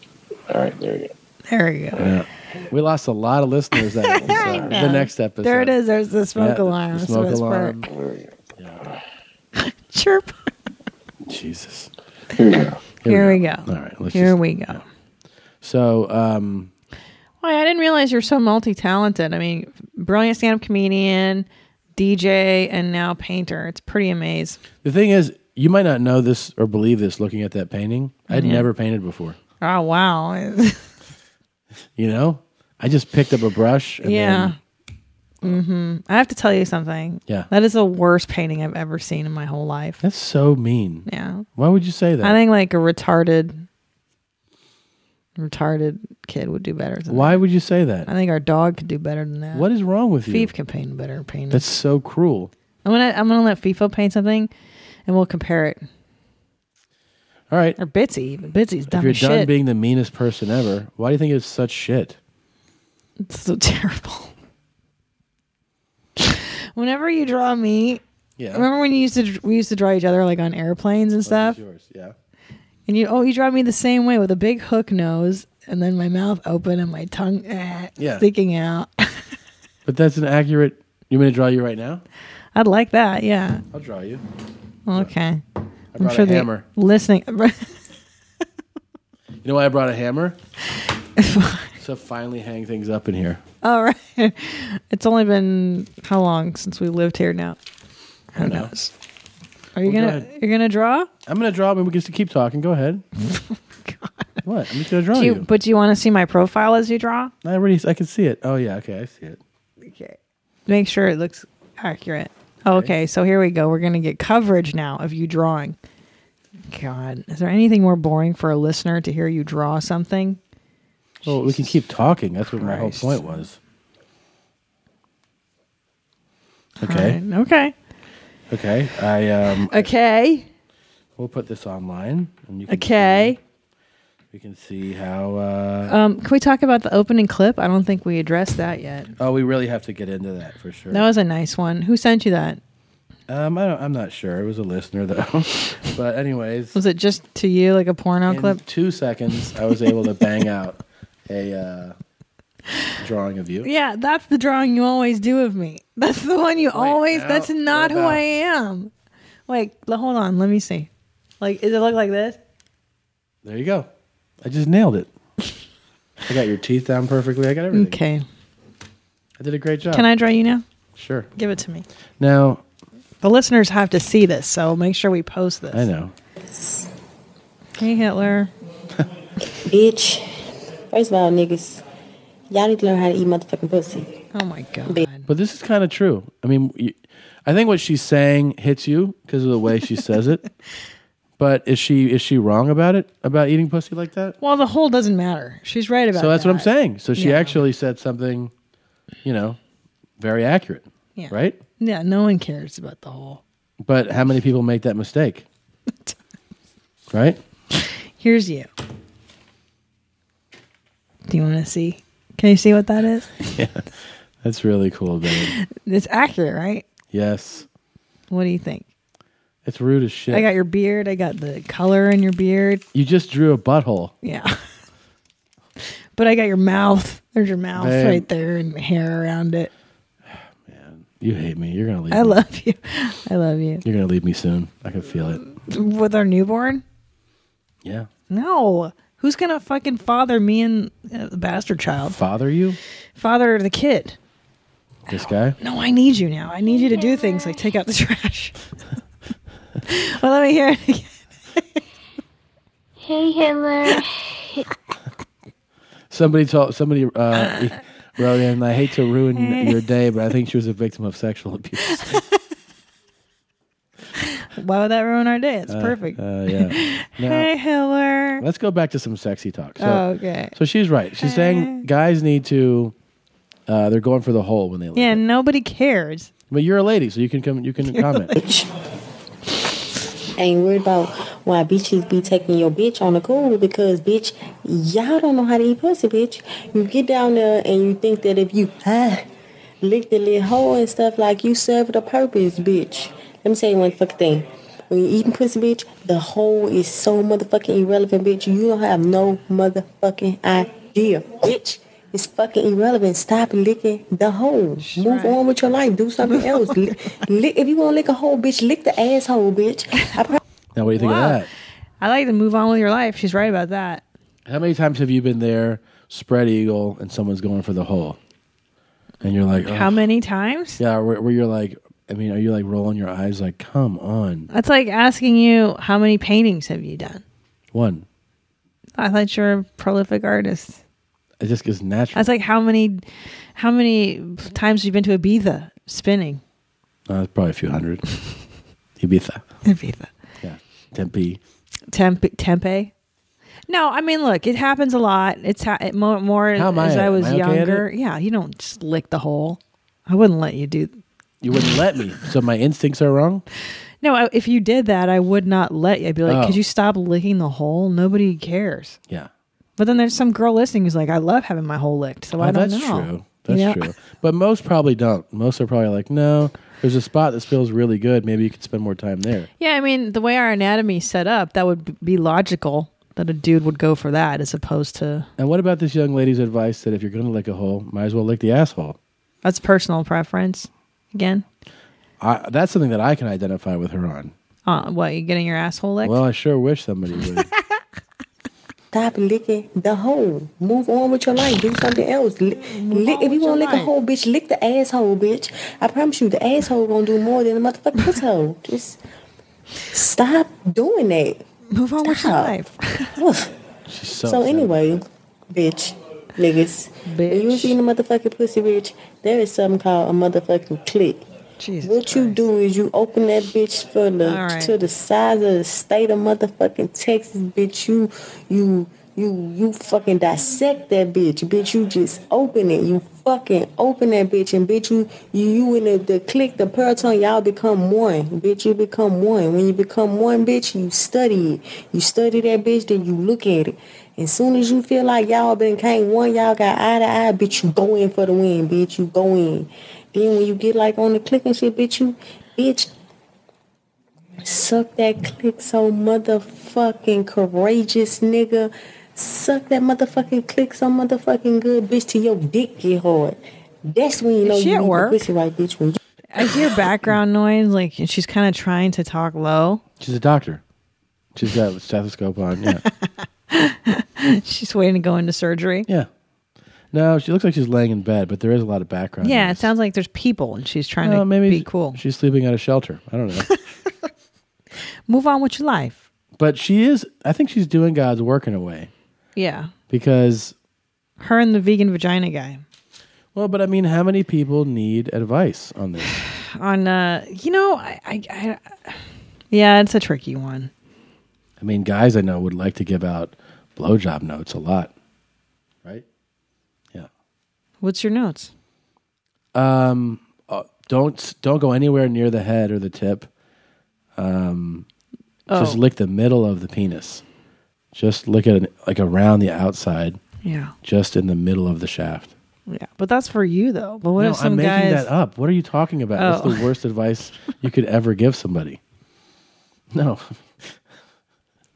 [SPEAKER 5] All right, there you go.
[SPEAKER 2] There you go.
[SPEAKER 1] We lost a lot of listeners that episode. the next episode.
[SPEAKER 2] There it is. There's the
[SPEAKER 1] Yeah,
[SPEAKER 2] smoke
[SPEAKER 1] the- the
[SPEAKER 2] alarm. It's
[SPEAKER 1] smoke
[SPEAKER 2] whisper.
[SPEAKER 1] alarm.
[SPEAKER 2] Chirp.
[SPEAKER 1] Jesus.
[SPEAKER 5] Here you go.
[SPEAKER 2] Here we go.
[SPEAKER 1] All right. Let's
[SPEAKER 2] Here
[SPEAKER 1] just,
[SPEAKER 2] we go.
[SPEAKER 1] so, um,
[SPEAKER 2] Why I didn't realize you're so multi talented. I mean, brilliant stand up comedian, DJ, and now painter. It's pretty amazing.
[SPEAKER 1] the thing is, you might not know this or believe this looking at that painting. I'd never painted before.
[SPEAKER 2] Oh wow.
[SPEAKER 1] You know? I just picked up a brush. And
[SPEAKER 2] yeah.
[SPEAKER 1] Then,
[SPEAKER 2] hmm I have to tell you something.
[SPEAKER 1] Yeah.
[SPEAKER 2] That is the worst painting I've ever seen in my whole life.
[SPEAKER 1] that's so mean.
[SPEAKER 2] Yeah.
[SPEAKER 1] Why would you say that?
[SPEAKER 2] I think like a retarded retarded kid would do better than
[SPEAKER 1] Why would you say
[SPEAKER 2] that. I
[SPEAKER 1] that?
[SPEAKER 2] think our dog could do better than that.
[SPEAKER 1] What is wrong with you?
[SPEAKER 2] Thief can paint a better painting.
[SPEAKER 1] That's so cruel.
[SPEAKER 2] I'm gonna I'm gonna let FIFA paint something, and we'll compare it.
[SPEAKER 1] All right.
[SPEAKER 2] Or Bitsy even Bitsy's
[SPEAKER 1] If
[SPEAKER 2] dumb
[SPEAKER 1] you're
[SPEAKER 2] as shit.
[SPEAKER 1] done being the meanest person ever, why do you think it's such shit?
[SPEAKER 2] it's so terrible. Whenever you draw me,
[SPEAKER 1] Yeah. Oh,
[SPEAKER 2] remember when you used to we used to draw each other like on airplanes and stuff,
[SPEAKER 1] Yeah.
[SPEAKER 2] and you oh you draw me the same way with a big hook nose and then my mouth open and my tongue eh,
[SPEAKER 1] Yeah.
[SPEAKER 2] sticking out.
[SPEAKER 1] But that's an accurate. You want me to draw you right now?
[SPEAKER 2] I'd like that. Yeah.
[SPEAKER 1] I'll draw you.
[SPEAKER 2] Okay.
[SPEAKER 1] I brought a
[SPEAKER 2] the
[SPEAKER 1] hammer.
[SPEAKER 2] listening.
[SPEAKER 1] You know why I brought a hammer? so finally hang things up in here.
[SPEAKER 2] All right. It's only been how long since we lived here now? Who knows? Are you
[SPEAKER 1] Well, go
[SPEAKER 2] gonna
[SPEAKER 1] ahead.
[SPEAKER 2] you're gonna draw?
[SPEAKER 1] I'm gonna draw, and we get to keep talking. Go ahead. What? I'm just gonna draw
[SPEAKER 2] Oh Do
[SPEAKER 1] you.
[SPEAKER 2] you, but do you want to see my profile as you draw?
[SPEAKER 1] I already. I can see it. Oh yeah. Okay, I see it.
[SPEAKER 2] Okay. Make sure it looks accurate. Okay. so here we go. We're gonna get coverage now of you drawing. God, is there anything more boring for a listener to hear you draw something?
[SPEAKER 1] Well, we can keep talking. That's what my whole
[SPEAKER 2] Christ.
[SPEAKER 1] point was.
[SPEAKER 2] All
[SPEAKER 1] Okay.
[SPEAKER 2] right, Okay.
[SPEAKER 1] Okay. I um.
[SPEAKER 2] Okay.
[SPEAKER 1] We'll put this online, and you can
[SPEAKER 2] Okay.
[SPEAKER 1] see- we can see how. Uh,
[SPEAKER 2] Um, can we talk about the opening clip? I don't think we addressed that yet.
[SPEAKER 1] oh, we really have to get into that for sure.
[SPEAKER 2] That was a nice one. Who sent you that?
[SPEAKER 1] Um, I don't, I'm not sure. It was a listener though. but anyways,
[SPEAKER 2] Was it just to you, like a porno
[SPEAKER 1] in
[SPEAKER 2] clip?
[SPEAKER 1] two seconds, I was able to bang out a uh, drawing of you.
[SPEAKER 2] Yeah, that's the drawing you always do of me. That's the one you always.
[SPEAKER 1] no,
[SPEAKER 2] that's not
[SPEAKER 1] what
[SPEAKER 2] who
[SPEAKER 1] about-
[SPEAKER 2] I am. Wait, l- hold on. Let me see. Like, does it look like this?
[SPEAKER 1] There you go. I just nailed it. I got your teeth down perfectly. I got everything.
[SPEAKER 2] Okay.
[SPEAKER 1] I did a great job.
[SPEAKER 2] Can I draw you now?
[SPEAKER 1] Sure.
[SPEAKER 2] Give it to me.
[SPEAKER 1] Now
[SPEAKER 2] The listeners have to see this, so make sure we post this.
[SPEAKER 1] I know.
[SPEAKER 2] Hey, Hitler.
[SPEAKER 4] Bitch. First of all, niggas, y'all need to learn how to eat motherfucking pussy.
[SPEAKER 2] Oh my god.
[SPEAKER 1] But this is kind of true. I mean, y- I think what she's saying hits you because of the way she says it. But is she is she wrong about it about eating pussy like that?
[SPEAKER 2] Well, the whole doesn't matter. She's right about.
[SPEAKER 1] So that's what I'm
[SPEAKER 2] that.
[SPEAKER 1] saying. So she
[SPEAKER 2] Yeah.
[SPEAKER 1] actually said something, you know, very accurate,
[SPEAKER 2] Yeah.
[SPEAKER 1] right?
[SPEAKER 2] Yeah. No one cares about the whole.
[SPEAKER 1] But how many people make that mistake? right?
[SPEAKER 2] Here's you. Do you want to see? Can you see what that is?
[SPEAKER 1] That's really cool, babe.
[SPEAKER 2] It's accurate, right?
[SPEAKER 1] Yes.
[SPEAKER 2] What do you think?
[SPEAKER 1] It's rude as shit.
[SPEAKER 2] I got your beard. I got the color in your beard.
[SPEAKER 1] you just drew a butthole.
[SPEAKER 2] Yeah. but I got your mouth. There's your mouth
[SPEAKER 1] Man.
[SPEAKER 2] right there and hair around it.
[SPEAKER 1] You hate me. You're gonna leave.
[SPEAKER 2] I
[SPEAKER 1] me.
[SPEAKER 2] love you. I love you.
[SPEAKER 1] You're gonna leave me soon. I can feel it.
[SPEAKER 2] With our newborn?
[SPEAKER 1] Yeah.
[SPEAKER 2] No. Who's going to fucking father me and uh, the bastard child?
[SPEAKER 1] Father you?
[SPEAKER 2] Father the kid.
[SPEAKER 1] This guy?
[SPEAKER 2] No, I need you now. I need you to do things like take out the trash. well, let me hear it again.
[SPEAKER 9] Hey, Hitler.
[SPEAKER 1] Somebody told somebody uh, wrote in. I hate to ruin your day, but I think she was a victim of sexual abuse.
[SPEAKER 2] Why would that ruin our day? It's perfect.
[SPEAKER 1] Uh, yeah. Now,
[SPEAKER 2] hey, Hiller.
[SPEAKER 1] let's go back to some sexy talk. So,
[SPEAKER 2] Oh, okay. Uh-huh.
[SPEAKER 1] so she's right. She's saying guys need to. Uh, they're going for the hole when they leave.
[SPEAKER 2] Yeah, nobody cares.
[SPEAKER 1] But you're a lady, so you can come. You can comment.
[SPEAKER 4] I ain't worried about why bitches be taking your bitch on the cool because bitch, y'all don't know how to eat pussy, bitch. You get down there and you think that if you ah, lick the little hole and stuff like you served a purpose, bitch. Let me tell you one fucking thing. When you eating pussy, bitch, the hole is so motherfucking irrelevant, bitch. You don't have no motherfucking idea, bitch. It's fucking irrelevant. Stop licking the hole. Move on with your life. Do something else. lick, lick, if you want to lick a hole, bitch, lick the asshole, bitch. I promise
[SPEAKER 1] Now, what do you think
[SPEAKER 2] Wow.
[SPEAKER 1] of that?
[SPEAKER 2] I like to move on with your life. She's right about that.
[SPEAKER 1] How many times have you been there, spread eagle, and someone's going for the hole, and you're like,
[SPEAKER 2] How
[SPEAKER 1] "Ugh."
[SPEAKER 2] many times?
[SPEAKER 1] Yeah, where, where you're like, I mean, are you like rolling your eyes like, come on,
[SPEAKER 2] That's like asking you how many paintings have you done.
[SPEAKER 1] one.
[SPEAKER 2] I thought you're a prolific artist.
[SPEAKER 1] It just is natural.
[SPEAKER 2] That's like how many, how many times you've been to Ibiza spinning.
[SPEAKER 1] Uh, it's probably a few hundred. Ibiza,
[SPEAKER 2] Ibiza,
[SPEAKER 1] yeah, Tempe.
[SPEAKER 2] Tempe, Tempe. No, I mean, look, it happens a lot. It's ha- it more, more
[SPEAKER 1] How am
[SPEAKER 2] as
[SPEAKER 1] I-
[SPEAKER 2] I was
[SPEAKER 1] am I okay at
[SPEAKER 2] younger. Yeah, you don't just lick the hole. I wouldn't let you do.
[SPEAKER 1] You wouldn't let me, so my instincts are wrong.
[SPEAKER 2] No, I, if you did that, I would not let you. I'd be like,
[SPEAKER 1] Oh.
[SPEAKER 2] could you stop licking the hole? Nobody cares.
[SPEAKER 1] Yeah,
[SPEAKER 2] But then there's some girl listening who's like, I love having my hole licked, so I
[SPEAKER 1] Oh,
[SPEAKER 2] don't
[SPEAKER 1] that's
[SPEAKER 2] know.
[SPEAKER 1] true. That's
[SPEAKER 2] Yeah.
[SPEAKER 1] true. But most probably don't. Most are probably like, no. There's a spot that feels really good. Maybe you could spend more time there.
[SPEAKER 2] Yeah, I mean, the way our anatomy set up, that would b- be logical that a dude would go for that as opposed to
[SPEAKER 1] And what about this young lady's advice that if you're going to lick a hole, might as well lick the asshole?
[SPEAKER 2] that's personal preference. Again,
[SPEAKER 1] I, that's something that I can identify with her on.
[SPEAKER 2] uh, what you getting your asshole licked?
[SPEAKER 1] Well, I sure wish somebody would.
[SPEAKER 4] Stop licking the hole. Move on with your life. Do something else. Li- lick, if you want to lick a hole, bitch, lick the asshole, bitch. I promise you, the asshole gonna do more than the motherfucking pusshole. Just stop doing that.
[SPEAKER 2] Move on with your
[SPEAKER 4] Stop.
[SPEAKER 2] life.
[SPEAKER 4] Woof.
[SPEAKER 1] She's
[SPEAKER 4] So
[SPEAKER 1] upset.
[SPEAKER 4] anyway, bitch, niggas, when you
[SPEAKER 2] Bitch.
[SPEAKER 4] was eating a motherfucking pussy, bitch, there is something called a motherfucking clit.
[SPEAKER 2] Jesus.
[SPEAKER 4] What you do is you open that bitch for the
[SPEAKER 2] All right.
[SPEAKER 4] to the size of the state of motherfucking Texas, bitch. You you you you fucking dissect that bitch, bitch. You just open it. You fucking open that bitch, and bitch, you you you in the, the click, the peloton. Y'all become one, bitch. You become one. When you become one, bitch, you study it. You study that bitch, then you look at it. As soon as you feel like y'all been came one, y'all got eye to eye, bitch. You go in for the win, bitch. You go in. Then when you get like on the click and shit, bitch, you bitch suck that click so motherfucking courageous, nigga. Suck that motherfucking click so motherfucking good, bitch, till your dick get hard. That's when you know
[SPEAKER 2] Shit
[SPEAKER 4] you need
[SPEAKER 2] work.
[SPEAKER 4] the pussy right, bitch. When you
[SPEAKER 2] I hear background noise, like and she's kind of trying to talk low.
[SPEAKER 1] She's a doctor. She's got a stethoscope on. Yeah.
[SPEAKER 2] She's waiting to go into surgery.
[SPEAKER 1] yeah. No, she looks like she's laying in bed, but there is a lot of background.
[SPEAKER 2] Yeah, it
[SPEAKER 1] noise.
[SPEAKER 2] sounds like there's people, and she's trying
[SPEAKER 1] No,
[SPEAKER 2] to
[SPEAKER 1] maybe
[SPEAKER 2] be
[SPEAKER 1] she-
[SPEAKER 2] cool.
[SPEAKER 1] She's sleeping at a shelter. I don't know.
[SPEAKER 2] Move on with your life.
[SPEAKER 1] but she is, I think she's doing God's work in a way
[SPEAKER 2] Yeah,
[SPEAKER 1] because,
[SPEAKER 2] her and the vegan vagina guy.
[SPEAKER 1] well, but I mean, how many people need advice on this?
[SPEAKER 2] on uh you know I, I i yeah it's a tricky one
[SPEAKER 1] I mean, guys I know would like to give out blowjob notes a lot, right? Yeah.
[SPEAKER 2] what's your notes
[SPEAKER 1] Uh, Don't don't go anywhere near the head or the tip. Um,
[SPEAKER 2] oh
[SPEAKER 1] Just lick the middle of the penis. Just lick at an, like around the outside,
[SPEAKER 2] yeah
[SPEAKER 1] just in the middle of the shaft.
[SPEAKER 2] Yeah, but that's for you though. But what
[SPEAKER 1] no,
[SPEAKER 2] if some
[SPEAKER 1] I'm making
[SPEAKER 2] guys?
[SPEAKER 1] that up. What are you talking about?
[SPEAKER 2] Oh.
[SPEAKER 1] That's the worst advice you could ever give somebody. No.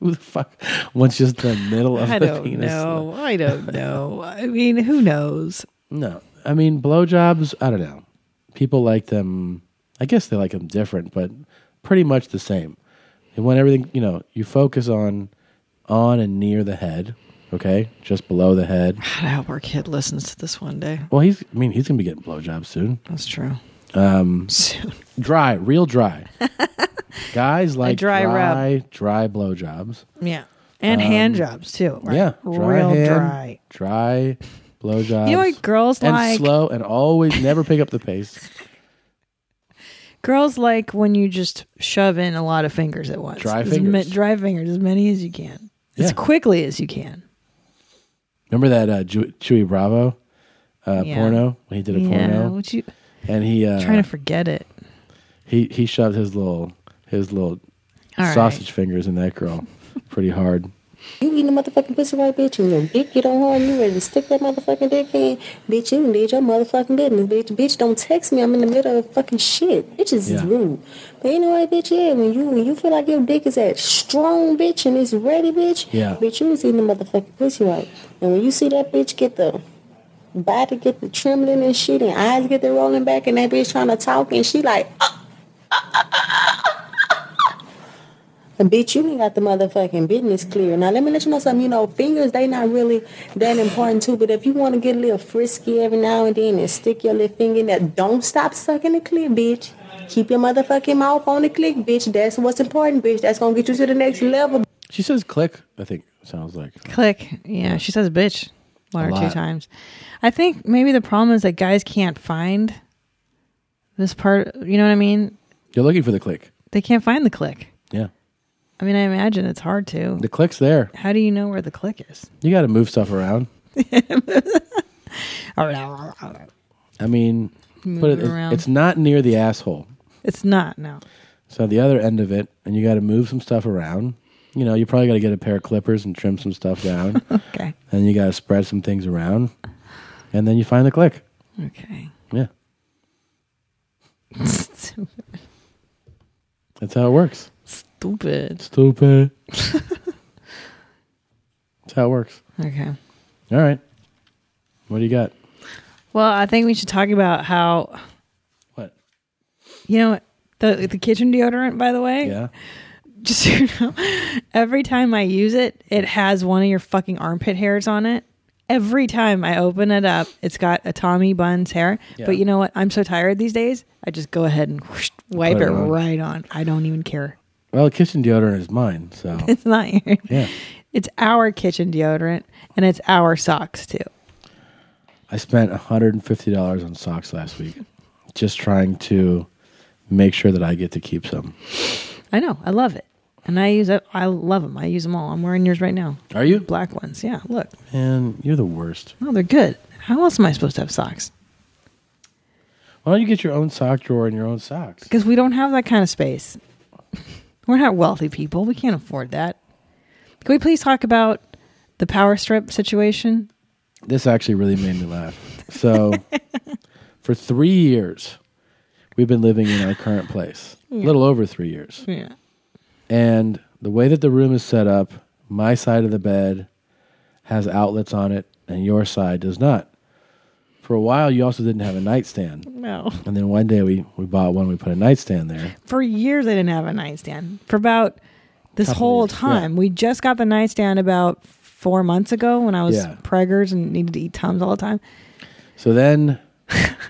[SPEAKER 1] Who the fuck wants just the middle of
[SPEAKER 2] I
[SPEAKER 1] the
[SPEAKER 2] don't
[SPEAKER 1] penis?
[SPEAKER 2] know. I don't know. I mean, who knows?
[SPEAKER 1] No. I mean, blowjobs, I don't know. People like them. I guess they like them different, but pretty much the same. They want everything, you know, you focus on on and near the head, okay? Just below the head.
[SPEAKER 2] God, I hope our kid listens to this one day.
[SPEAKER 1] Well, he's I mean, he's going to be getting blowjobs soon.
[SPEAKER 2] That's true. Um, soon.
[SPEAKER 1] Dry, real dry. Guys like
[SPEAKER 2] dry
[SPEAKER 1] dry,
[SPEAKER 2] rub.
[SPEAKER 1] dry, blowjobs.
[SPEAKER 2] Yeah, and hand jobs too.
[SPEAKER 1] Um,
[SPEAKER 2] Right?
[SPEAKER 1] Yeah, dry
[SPEAKER 2] real
[SPEAKER 1] hand,
[SPEAKER 2] dry.
[SPEAKER 1] dry blowjobs.
[SPEAKER 2] You know what girls
[SPEAKER 1] and
[SPEAKER 2] like?
[SPEAKER 1] slow and always never pick up the pace.
[SPEAKER 2] Girls like when you just shove in a lot of fingers at once.
[SPEAKER 1] Dry
[SPEAKER 2] As
[SPEAKER 1] fingers.
[SPEAKER 2] dry fingers, as many as you can, as
[SPEAKER 1] Yeah.
[SPEAKER 2] quickly as you can.
[SPEAKER 1] Remember that uh, Ju- Chewy Bravo uh,
[SPEAKER 2] Yeah.
[SPEAKER 1] porno when he did a
[SPEAKER 2] Yeah,
[SPEAKER 1] porno
[SPEAKER 2] would you
[SPEAKER 1] and he uh,
[SPEAKER 2] trying to forget it?
[SPEAKER 1] he he shoved his little his little
[SPEAKER 2] All right.
[SPEAKER 1] sausage fingers in that girl pretty hard.
[SPEAKER 4] You eating the motherfucking pussy right, bitch, and your dick get on hard, you ready to stick that motherfucking dick in. Bitch, you done did your motherfucking business, bitch. Bitch, don't text me, I'm in the middle of fucking shit. Bitches is
[SPEAKER 1] Yeah.
[SPEAKER 4] rude. But anyway, bitch, yeah, when you when you feel like your dick is that strong, bitch, and it's ready, bitch,
[SPEAKER 1] Yeah.
[SPEAKER 4] bitch, you was eating the motherfucking pussy right. And when you see that bitch get the body get the trembling and shit, and eyes get the rolling back, and that bitch trying to talk, and she like, "Uh, And bitch, you ain't got the motherfucking business clear. Now let me let you know something. You know, fingers they not really that important too. But if you want to get a little frisky every now and then and stick your little finger in there, don't stop sucking the clear, bitch. Keep your motherfucking mouth on the click, bitch. That's what's important, bitch. That's gonna get you to the next level.
[SPEAKER 1] She says click, I think sounds like.
[SPEAKER 2] Click. Yeah, she says bitch one
[SPEAKER 1] A
[SPEAKER 2] or two
[SPEAKER 1] lot.
[SPEAKER 2] times. I think maybe the problem is that guys can't find this part. You know what I mean?
[SPEAKER 1] You're looking for the click.
[SPEAKER 2] They can't find the click.
[SPEAKER 1] Yeah.
[SPEAKER 2] I mean, I imagine it's hard to.
[SPEAKER 1] The click's there.
[SPEAKER 2] How do you know where the click is?
[SPEAKER 1] You got to move stuff around. I mean, put
[SPEAKER 2] Move
[SPEAKER 1] it,
[SPEAKER 2] it around.
[SPEAKER 1] it's not near the asshole.
[SPEAKER 2] It's not. No.
[SPEAKER 1] So the other end of it, and you got to move some stuff around. You know, you probably got to get a pair of clippers and trim some stuff down,
[SPEAKER 2] Okay.
[SPEAKER 1] and you got to spread some things around, and then you find the click.
[SPEAKER 2] Okay.
[SPEAKER 1] Yeah, that's how it works.
[SPEAKER 2] Stupid.
[SPEAKER 1] Stupid. that's how it works.
[SPEAKER 2] Okay.
[SPEAKER 1] All right. What do you got?
[SPEAKER 2] Well, I think we should talk about how
[SPEAKER 1] What?
[SPEAKER 2] you know the the kitchen deodorant. By the way,
[SPEAKER 1] Yeah.
[SPEAKER 2] just so you know, every time I use it, it has one of your fucking armpit hairs on it. Every time I open it up, it's got a Tommy Buns hair.
[SPEAKER 1] Yeah.
[SPEAKER 2] But you know what? I'm so tired these days. I just go ahead and whoosh, wipe
[SPEAKER 1] Put
[SPEAKER 2] it,
[SPEAKER 1] it on.
[SPEAKER 2] right on. I don't even care.
[SPEAKER 1] Well, kitchen deodorant is mine, so
[SPEAKER 2] It's not your.
[SPEAKER 1] yeah.
[SPEAKER 2] It's our kitchen deodorant and it's our socks too.
[SPEAKER 1] I spent $150 on socks last week just trying to make sure that I get to keep some.
[SPEAKER 2] I know. I love it. And I use it. I love them. I use them all. I'm wearing yours right now.
[SPEAKER 1] Are you?
[SPEAKER 2] Black ones. Yeah. Look.
[SPEAKER 1] Man, you're the worst.
[SPEAKER 2] No, they're good. How else am I supposed to have socks?
[SPEAKER 1] Why don't you get your own sock drawer and your own socks?
[SPEAKER 2] because we don't have that kind of space. We're not wealthy people. We can't afford that. Can we please talk about the power strip situation?
[SPEAKER 1] This actually really made me laugh. So, for three years, we've been living in our current place, a little over three years.
[SPEAKER 2] Yeah.
[SPEAKER 1] And the way that the room is set up, my side of the bed has outlets on it, and your side does not. For a while, you also didn't have a nightstand.
[SPEAKER 2] No.
[SPEAKER 1] And then one day we, we bought one, we put a nightstand there.
[SPEAKER 2] For years, I didn't have a nightstand. For about this whole
[SPEAKER 1] years, yeah.
[SPEAKER 2] time, we just got the nightstand about four months ago when I was
[SPEAKER 1] Yeah.
[SPEAKER 2] preggers and needed to eat tums all the time.
[SPEAKER 1] So then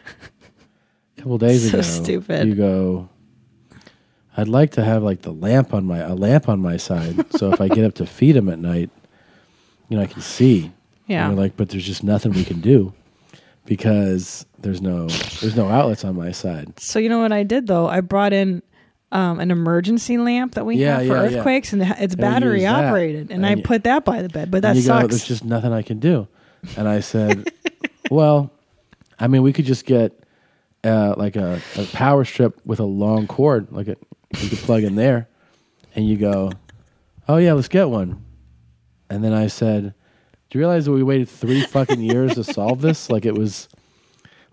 [SPEAKER 1] a couple days
[SPEAKER 2] So
[SPEAKER 1] ago
[SPEAKER 2] stupid.
[SPEAKER 1] you go I'd like to have like the lamp on my a lamp on my side so if I get up to feed him at night, you know, I can see.
[SPEAKER 2] Yeah.
[SPEAKER 1] And we're like, but there's just nothing we can do because there's no there's no outlets on my side.
[SPEAKER 2] So you know what I did though? I brought in um, an emergency lamp that we
[SPEAKER 1] Yeah,
[SPEAKER 2] have for
[SPEAKER 1] yeah, yeah.
[SPEAKER 2] earthquakes, and it's
[SPEAKER 1] we use
[SPEAKER 2] battery
[SPEAKER 1] that.
[SPEAKER 2] operated, and,
[SPEAKER 1] And
[SPEAKER 2] I
[SPEAKER 1] you-
[SPEAKER 2] put that by the bed. But that
[SPEAKER 1] and you
[SPEAKER 2] sucks.
[SPEAKER 1] go, there's just nothing I can do. And I said, well, I mean, we could just get uh, like a, a power strip with a long cord, like a, you could plug in there. And you go, oh yeah, let's get one. And then I said, Do you realize that we waited three fucking years to solve this? Like it was,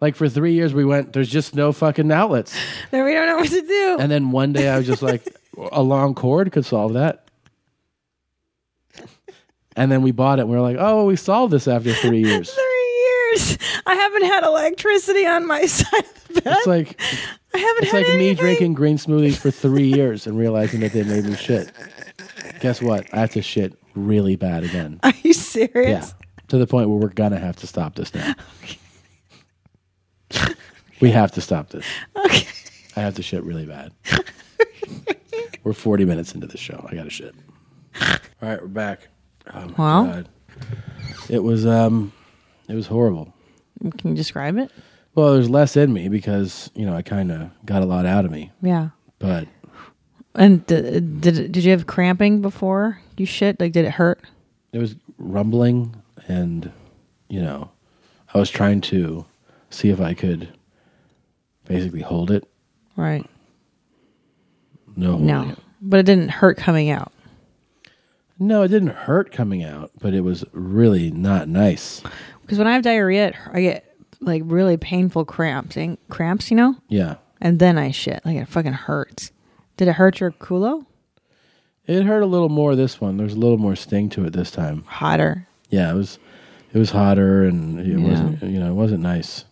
[SPEAKER 1] like for three years we went. There's just no fucking outlets.
[SPEAKER 2] Then we don't know what to do.
[SPEAKER 1] And then one day I was just like, a long cord could solve that. And then we bought it. And we were like, oh, we solved this after three years.
[SPEAKER 2] Three years. I haven't had electricity on my side of the bed.
[SPEAKER 1] It's like
[SPEAKER 2] I haven't
[SPEAKER 1] it's
[SPEAKER 2] had
[SPEAKER 1] like me
[SPEAKER 2] anything.
[SPEAKER 1] drinking green smoothies for three years and realizing that they made me shit. Guess what? I have to shit really bad again.
[SPEAKER 2] Are you
[SPEAKER 1] Yeah,
[SPEAKER 2] serious?
[SPEAKER 1] to the point where we're gonna have to stop this now. we have to stop this.
[SPEAKER 2] Okay.
[SPEAKER 1] I have to shit really bad. we're forty minutes into the show. I gotta shit. All right, we're back. Oh my
[SPEAKER 2] Wow.
[SPEAKER 1] God. it was um, it was horrible.
[SPEAKER 2] Can you describe it?
[SPEAKER 1] Well, there's less in me because you know I kind of got a lot out of me,
[SPEAKER 2] Yeah.
[SPEAKER 1] but
[SPEAKER 2] And d- did it- did you have cramping before you shit? Like, did it hurt?
[SPEAKER 1] it was rumbling and you know i was trying to see if i could basically hold it
[SPEAKER 2] Right.
[SPEAKER 1] no holding
[SPEAKER 2] No,
[SPEAKER 1] it.
[SPEAKER 2] but it didn't hurt coming out.
[SPEAKER 1] no it didn't hurt coming out but it was really not nice
[SPEAKER 2] Because when I have diarrhea, it hu- I get like really painful cramps, and cramps, you know,
[SPEAKER 1] yeah
[SPEAKER 2] and then I shit. Like it fucking hurts. Did it hurt your culo?
[SPEAKER 1] it hurt a little more this one there's a little more sting to it this time
[SPEAKER 2] Hotter.
[SPEAKER 1] yeah it was it was hotter and it
[SPEAKER 2] Yeah.
[SPEAKER 1] wasn't you know it wasn't nice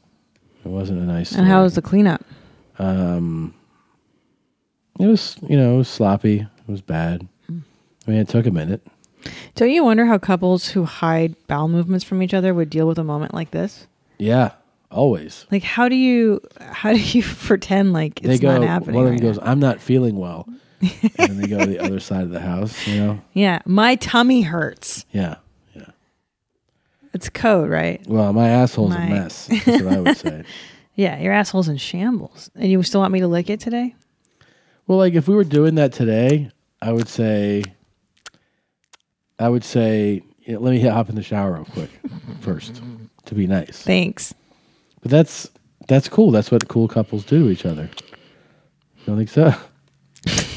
[SPEAKER 1] it wasn't a nice
[SPEAKER 2] And how was the cleanup?
[SPEAKER 1] it was you know it was sloppy it was bad i mean it took a minute
[SPEAKER 2] Don't you wonder how couples who hide bowel movements from each other would deal with a moment like this?
[SPEAKER 1] yeah always
[SPEAKER 2] Like, how do you how do you pretend like it's
[SPEAKER 1] they go.
[SPEAKER 2] not happening?
[SPEAKER 1] One of them
[SPEAKER 2] right
[SPEAKER 1] goes,
[SPEAKER 2] now?
[SPEAKER 1] "I'm not feeling well," and then they go to the other side of the house. You know,
[SPEAKER 2] Yeah, my tummy hurts.
[SPEAKER 1] yeah, yeah.
[SPEAKER 2] It's code, right?
[SPEAKER 1] Well, my asshole's
[SPEAKER 2] My-
[SPEAKER 1] a mess. That's what I would say.
[SPEAKER 2] Yeah, your asshole's in shambles, and you still want me to lick it today?
[SPEAKER 1] Well, like if we were doing that today, I would say, I would say, you know, let me hop in the shower real quick first to be nice.
[SPEAKER 2] Thanks.
[SPEAKER 1] But that's that's cool. That's what cool couples do to each other. Don't think so.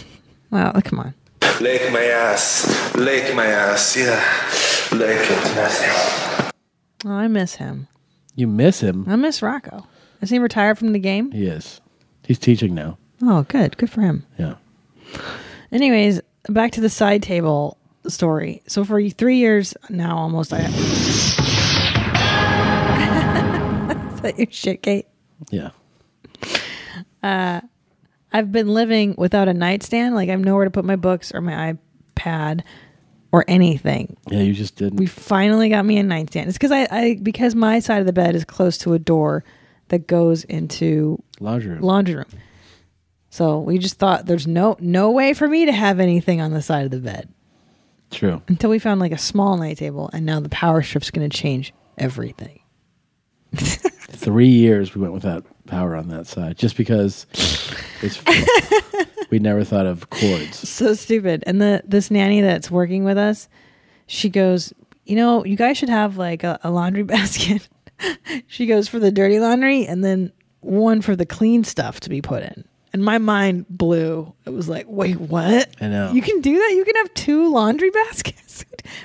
[SPEAKER 2] Well, come on.
[SPEAKER 7] Lick my ass. Lick my ass. Yeah. Lick it.
[SPEAKER 2] Oh, I miss him.
[SPEAKER 1] You miss him.
[SPEAKER 2] I miss Rocco. Is he retired from the game?
[SPEAKER 1] He is. He's teaching now.
[SPEAKER 2] Oh, good. Good for him.
[SPEAKER 1] Yeah.
[SPEAKER 2] Anyways, back to the side table story. So for three years now, almost, I. Is that your shit, Kate?
[SPEAKER 1] Yeah.
[SPEAKER 2] I've been living without a nightstand. Like I have nowhere to put my books or my iPad or anything.
[SPEAKER 1] Yeah. You just didn't.
[SPEAKER 2] We finally got me a nightstand. It's because I, I because my side of the bed is close to a door that goes into
[SPEAKER 1] laundry room.
[SPEAKER 2] laundry room. So we just thought there's no no way for me to have anything on the side of the bed
[SPEAKER 1] True.
[SPEAKER 2] until we found like a small night table, and now the power strip's going to change everything.
[SPEAKER 1] three years we went without power on that side just because it's we never thought of cords
[SPEAKER 2] so stupid. And the this nanny that's working with us, she goes, you know, you guys should have like a, a laundry basket. she goes for the dirty laundry and then one for the clean stuff to be put in. And my mind blew. It was like, wait, what?
[SPEAKER 1] I know.
[SPEAKER 2] You can do that? You can have two laundry baskets?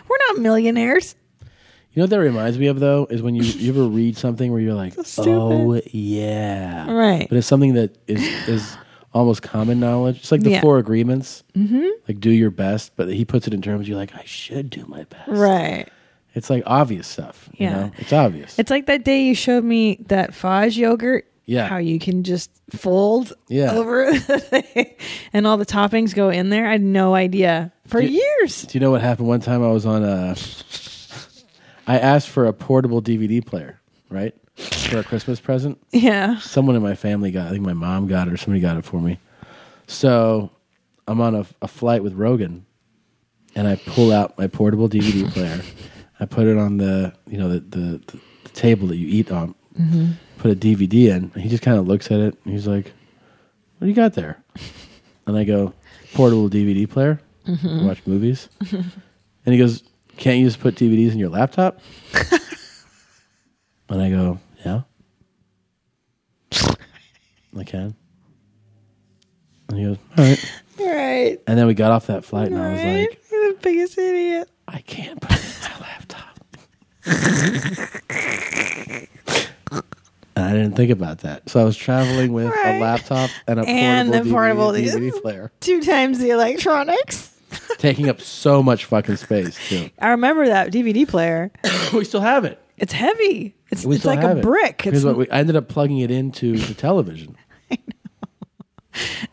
[SPEAKER 2] We're not millionaires.
[SPEAKER 1] you know what that reminds me of though is when you, you ever read something where you're like
[SPEAKER 2] stupid.
[SPEAKER 1] oh yeah
[SPEAKER 2] Right.
[SPEAKER 1] but it's something that is is almost common knowledge it's like the
[SPEAKER 2] Yeah.
[SPEAKER 1] four agreements mm-hmm. like do your best but he puts it in terms you're like i should do my best
[SPEAKER 2] Right.
[SPEAKER 1] it's like obvious stuff you
[SPEAKER 2] Yeah.
[SPEAKER 1] know it's obvious
[SPEAKER 2] It's like that day you showed me that Fage yogurt.
[SPEAKER 1] Yeah.
[SPEAKER 2] How you can just fold
[SPEAKER 1] Yeah.
[SPEAKER 2] over and all the toppings go in there. I had no idea for
[SPEAKER 1] You-
[SPEAKER 2] years.
[SPEAKER 1] do you know what happened one time i was on a i asked for a portable dvd player right for a christmas present
[SPEAKER 2] Yeah.
[SPEAKER 1] someone in my family got. I think my mom got it or somebody got it for me. So I'm on a, a flight with Rogan, and I pull out my portable DVD player. I put it on the you know the the, the, table that you eat on. Put a DVD in. And he just kind of looks at it and he's like, "What do you got there?" And I go, "Portable DVD player. Watch movies." and he goes, "Can't you just put DVDs in your laptop?" and I go, "Yeah." I can. And he goes, All right.
[SPEAKER 2] Right.
[SPEAKER 1] And then we got off that flight and I was like,
[SPEAKER 2] You're the biggest idiot.
[SPEAKER 1] I can't put it in my laptop. And I didn't think about that. So I was traveling with
[SPEAKER 2] Right.
[SPEAKER 1] a laptop and a
[SPEAKER 2] And
[SPEAKER 1] portable,
[SPEAKER 2] a portable
[SPEAKER 1] DVD,
[SPEAKER 2] disc.
[SPEAKER 1] player,
[SPEAKER 2] Two times the electronics.
[SPEAKER 1] taking up so much fucking space too.
[SPEAKER 2] I remember that DVD player.
[SPEAKER 1] we still have it.
[SPEAKER 2] It's heavy. It's,
[SPEAKER 1] We
[SPEAKER 2] it's
[SPEAKER 1] still
[SPEAKER 2] like
[SPEAKER 1] have
[SPEAKER 2] a
[SPEAKER 1] it.
[SPEAKER 2] brick. It's,
[SPEAKER 1] Here's what we, I ended up plugging it into the television.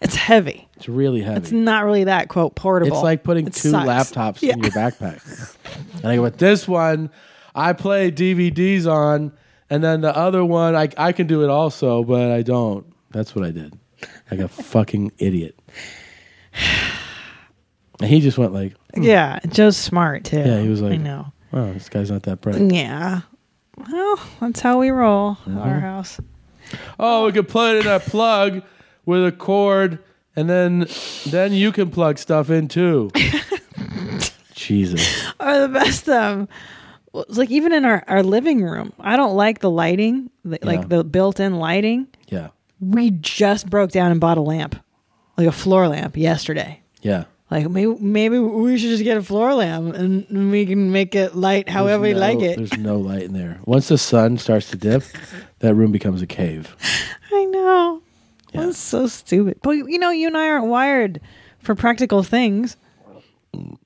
[SPEAKER 2] it's heavy.
[SPEAKER 1] It's really heavy.
[SPEAKER 2] It's not really that quote portable.
[SPEAKER 1] It's like putting
[SPEAKER 2] It
[SPEAKER 1] two
[SPEAKER 2] sucks.
[SPEAKER 1] laptops
[SPEAKER 2] Yeah.
[SPEAKER 1] in your backpack. and I go with this one, I play DVDs on, and then the other one, I I can do it also, but I don't. That's what I did, like a fucking idiot. And he just went like,
[SPEAKER 2] Yeah, Joe's smart too.
[SPEAKER 1] Yeah, he was like-
[SPEAKER 2] I know.
[SPEAKER 1] "Wow, this guy's not that bright."
[SPEAKER 2] Yeah. Well, that's how we roll
[SPEAKER 1] Mm-hmm.
[SPEAKER 2] at our house.
[SPEAKER 1] Oh, we could plug it in a plug with a cord, and then then you can plug stuff in too. Jesus.
[SPEAKER 2] Or the best um well, it's like even in our, our living room. I don't like the lighting, the,
[SPEAKER 1] Yeah.
[SPEAKER 2] like the built-in lighting.
[SPEAKER 1] Yeah.
[SPEAKER 2] We just broke down and bought a lamp. Like a floor lamp yesterday.
[SPEAKER 1] Yeah.
[SPEAKER 2] Like maybe maybe we should just get a floor lamp and we can make it light however we
[SPEAKER 1] no-
[SPEAKER 2] like it.
[SPEAKER 1] There's no light in there. Once the sun starts to dip, that room becomes a cave.
[SPEAKER 2] I know. That's so stupid. But you know, you and I aren't wired for practical things.
[SPEAKER 1] Uh,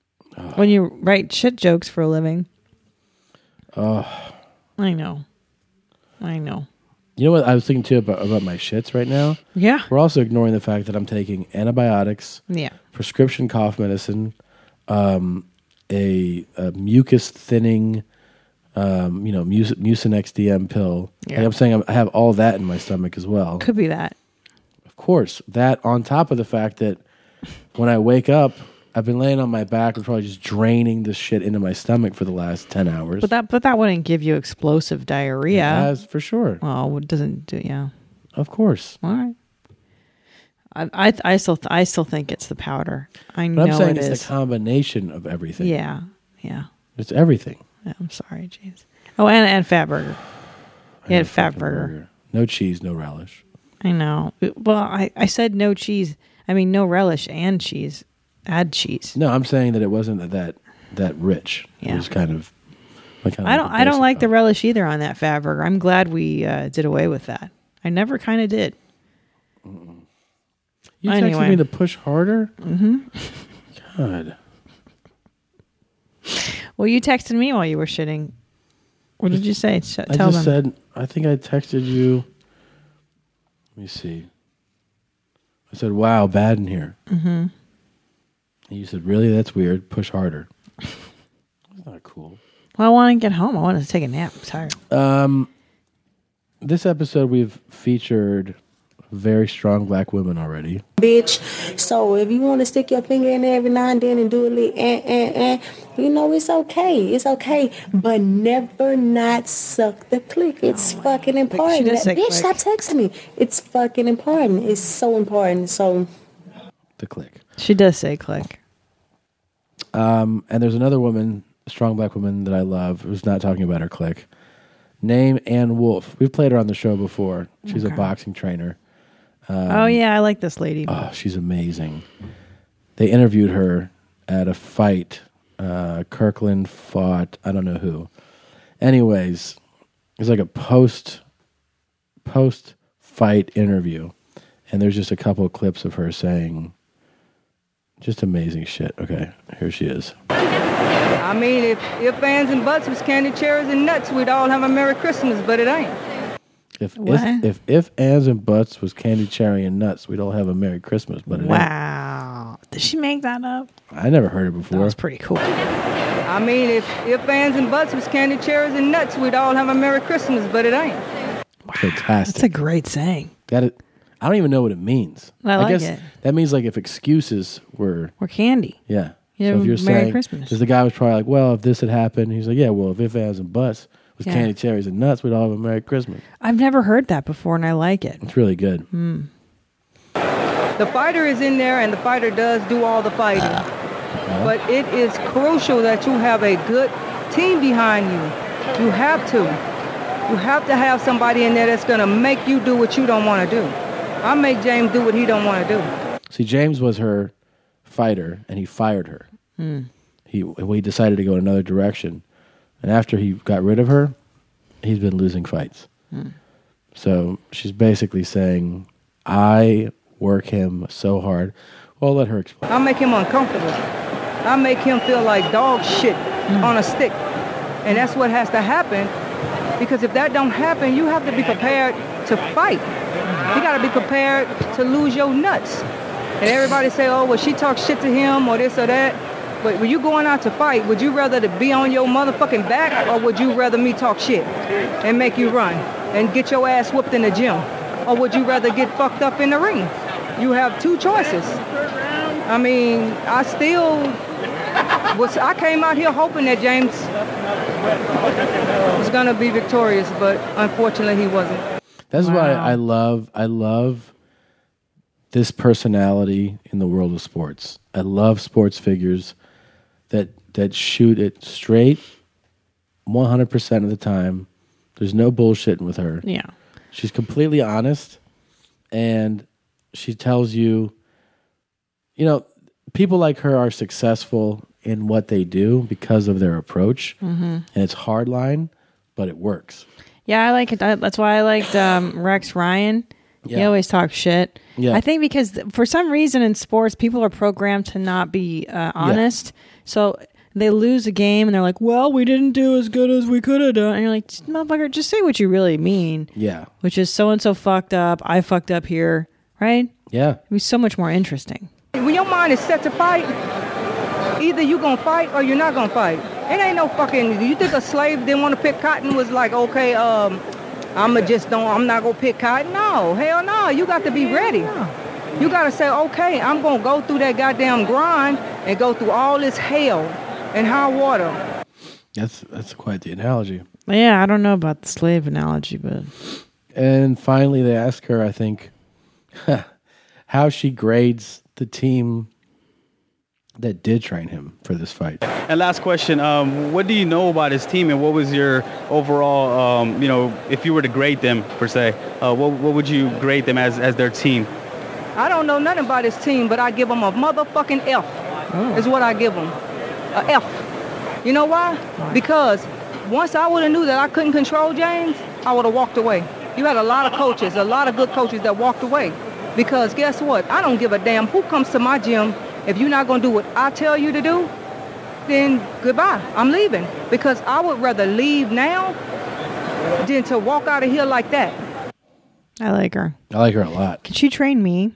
[SPEAKER 2] When you write shit jokes for a living. Oh. I know. I know.
[SPEAKER 1] You know what I was thinking too about, about my shits right now?
[SPEAKER 2] Yeah.
[SPEAKER 1] We're also ignoring the fact that I'm taking antibiotics,
[SPEAKER 2] Yeah.
[SPEAKER 1] prescription cough medicine, um, a, a mucus thinning, um, you know, mus- Mucinex DM pill.
[SPEAKER 2] Yeah.
[SPEAKER 1] Like I'm saying I'm, I have all that in my stomach as well.
[SPEAKER 2] Could be that.
[SPEAKER 1] Of course, that on top of the fact that when I wake up, I've been laying on my back and probably just draining this shit into my stomach for the last 10 hours.
[SPEAKER 2] But that but that wouldn't give you explosive diarrhea.
[SPEAKER 1] As for sure.
[SPEAKER 2] Oh, it doesn't do yeah.
[SPEAKER 1] Of course.
[SPEAKER 2] All right. I I, I still th- I still think it's the powder. I know
[SPEAKER 1] But I'm saying
[SPEAKER 2] it
[SPEAKER 1] it's
[SPEAKER 2] is.
[SPEAKER 1] the combination of everything.
[SPEAKER 2] yeah. Yeah.
[SPEAKER 1] It's everything.
[SPEAKER 2] Yeah, I'm sorry, James. Oh, and and fat burger. He had fat
[SPEAKER 1] Fucking
[SPEAKER 2] burger.
[SPEAKER 1] No cheese, no relish.
[SPEAKER 2] I know. Well, I, I said no cheese. I mean, no relish and cheese. Add cheese.
[SPEAKER 1] No, I'm saying that it wasn't that that rich. It
[SPEAKER 2] Yeah.
[SPEAKER 1] was kind of I, kind of
[SPEAKER 2] I don't.
[SPEAKER 1] the
[SPEAKER 2] I don't
[SPEAKER 1] basic
[SPEAKER 2] like the
[SPEAKER 1] of it.
[SPEAKER 2] relish either on that fat burger. I'm glad we uh, did away with that. I never kind of did.
[SPEAKER 1] Oh, You texted
[SPEAKER 2] Anyway.
[SPEAKER 1] me to push harder? Mm-hmm. God.
[SPEAKER 2] Well, you texted me while you were shitting. What did you say? Sh-
[SPEAKER 1] I
[SPEAKER 2] tell
[SPEAKER 1] just
[SPEAKER 2] them.
[SPEAKER 1] said I think I texted you let me see. I said, Wow, bad in here. Mm-hmm. And you said, Really? That's weird. Push harder. That's not cool.
[SPEAKER 2] well, I want to get home. I want to take a nap. I'm tired.
[SPEAKER 1] This episode, we've featured very strong black women already.
[SPEAKER 4] bitch. So if you want to stick your finger in there every now and then and do a little eh, eh, eh, you know, it's okay. It's okay. But never not suck the click. It's
[SPEAKER 2] Oh
[SPEAKER 4] fucking important.
[SPEAKER 2] does say
[SPEAKER 4] That- bitch,
[SPEAKER 2] click.
[SPEAKER 4] stop texting me. It's fucking important. It's so important. So
[SPEAKER 1] The click.
[SPEAKER 2] She does say click.
[SPEAKER 1] And there's another woman, strong black woman that I love, who's not talking about her click. Name Ann Wolf. We've played her on the show before. She's a boxing trainer. Um,
[SPEAKER 2] oh yeah, I like this lady.
[SPEAKER 1] Oh, she's amazing. They interviewed her at a fight. Uh, Kirkland fought I don't know who. Anyways, it's like a post post fight interview, and there's just a couple of clips of her saying just amazing shit. Okay, here she is.
[SPEAKER 10] I mean, if, if fans and butts was candy, cherries, and nuts, we'd all have a Merry Christmas, but it ain't.
[SPEAKER 1] If if
[SPEAKER 2] What?
[SPEAKER 1] if, if ands and butts was candy cherry and nuts, we'd all have a Merry Christmas. But it ain't.
[SPEAKER 2] Wow. Did she make that up?
[SPEAKER 1] I never heard it before.
[SPEAKER 2] That was pretty cool.
[SPEAKER 10] I mean, if, if fans and butts was candy, cherries, and nuts, we'd all have a Merry Christmas, but it ain't.
[SPEAKER 1] Fantastic.
[SPEAKER 2] That's a great saying.
[SPEAKER 1] That it, I don't even know what it means.
[SPEAKER 2] I like
[SPEAKER 1] guess
[SPEAKER 2] it.
[SPEAKER 1] that means like if excuses were
[SPEAKER 2] Or candy.
[SPEAKER 1] yeah.
[SPEAKER 2] Yeah,
[SPEAKER 1] so if you're
[SPEAKER 2] Merry
[SPEAKER 1] saying,
[SPEAKER 2] Christmas.
[SPEAKER 1] because the guy was probably like, well, if this had happened, he's like, yeah, well, if if ands and butts was
[SPEAKER 2] Yeah.
[SPEAKER 1] candy cherries and nuts, we'd all have a Merry Christmas.
[SPEAKER 2] I've never heard that before, and I like it.
[SPEAKER 1] It's really good.
[SPEAKER 2] Mm.
[SPEAKER 10] The fighter is in there, and the fighter does do all the fighting. But it is crucial that you have a good team behind you. You have to. You have to have somebody in there that's going to make you do what you don't want to do. I make James do what he don't want to do.
[SPEAKER 1] See, James was her
[SPEAKER 2] Mm.
[SPEAKER 1] fighter, and he fired her. He we decided to go in another direction, And after he got rid of her, he's been losing fights.
[SPEAKER 2] Hmm.
[SPEAKER 1] So she's basically saying, I work him so hard. Well, I'll let her explain.
[SPEAKER 10] I make him uncomfortable. I make him feel like dog shit on a stick. And that's what has to happen because if that don't happen, you have to be prepared to fight. You got to be prepared to lose your nuts. And everybody say, oh, well, she talks shit to him or this or that. But when you going out to fight, would you rather to be on your motherfucking back or would you rather me talk shit and make you run and get your ass whooped in the gym? Or would you rather get fucked up in the ring? You have two choices. I mean, I still was. I came out here hoping that James was gonna be victorious, but unfortunately, he wasn't.
[SPEAKER 1] That's why I love I love this personality in the world of sports. I love sports figures that that shoot it straight 100% of the time. There's no bullshitting with her.
[SPEAKER 2] Yeah.
[SPEAKER 1] She's completely honest and she tells you you know, people like her are successful in what they do because of their approach.
[SPEAKER 2] Mhm.
[SPEAKER 1] And it's hard line, but it works.
[SPEAKER 2] Yeah, I like it. I- That's why I liked um, Rex Ryan. He
[SPEAKER 1] Yeah.
[SPEAKER 2] always talks shit.
[SPEAKER 1] Yeah.
[SPEAKER 2] I think because th- for some reason in sports, people are programmed to not be uh, honest. So they lose a game and they're like, well, we didn't do as good as we could have done. And you're like, motherfucker, just say what you really mean,
[SPEAKER 1] Yeah.
[SPEAKER 2] which is so and so fucked up. I fucked up here, right?
[SPEAKER 1] Yeah.
[SPEAKER 2] It'd be so much more interesting.
[SPEAKER 10] When your mind is set to fight, either you gonna fight or you're not gonna fight. It ain't no fucking. You think a slave didn't want to pick cotton was like, okay, um, I'ma just don't. I'm not gonna pick cotton. No, hell no. You got to be ready. You gotta say, okay, I'm gonna go through that goddamn grind and go through all this hell and high water.
[SPEAKER 1] That's that's quite the analogy.
[SPEAKER 2] Yeah, I don't know about the slave analogy, but
[SPEAKER 1] And finally, they ask her, I think, how she grades the team that did train him for this fight.
[SPEAKER 11] And last question, um, what do you know about his team and what was your overall, um, you know, if you were to grade them per se, uh, what, what would you grade them as, as their team?
[SPEAKER 10] I don't know nothing about his team, but I give him a motherfucking F. Is what I give him. A F. You know why? Because once I would have knew that I couldn't control James, I would have walked away. You had a lot of coaches, a lot of good coaches that walked away. Because guess what? I don't give a damn who comes to my gym. If you're not going to do what I tell you to do, then goodbye. I'm leaving. Because I would rather leave now than to walk out of here like that.
[SPEAKER 2] I like her.
[SPEAKER 1] I like her a lot.
[SPEAKER 2] Could she train me?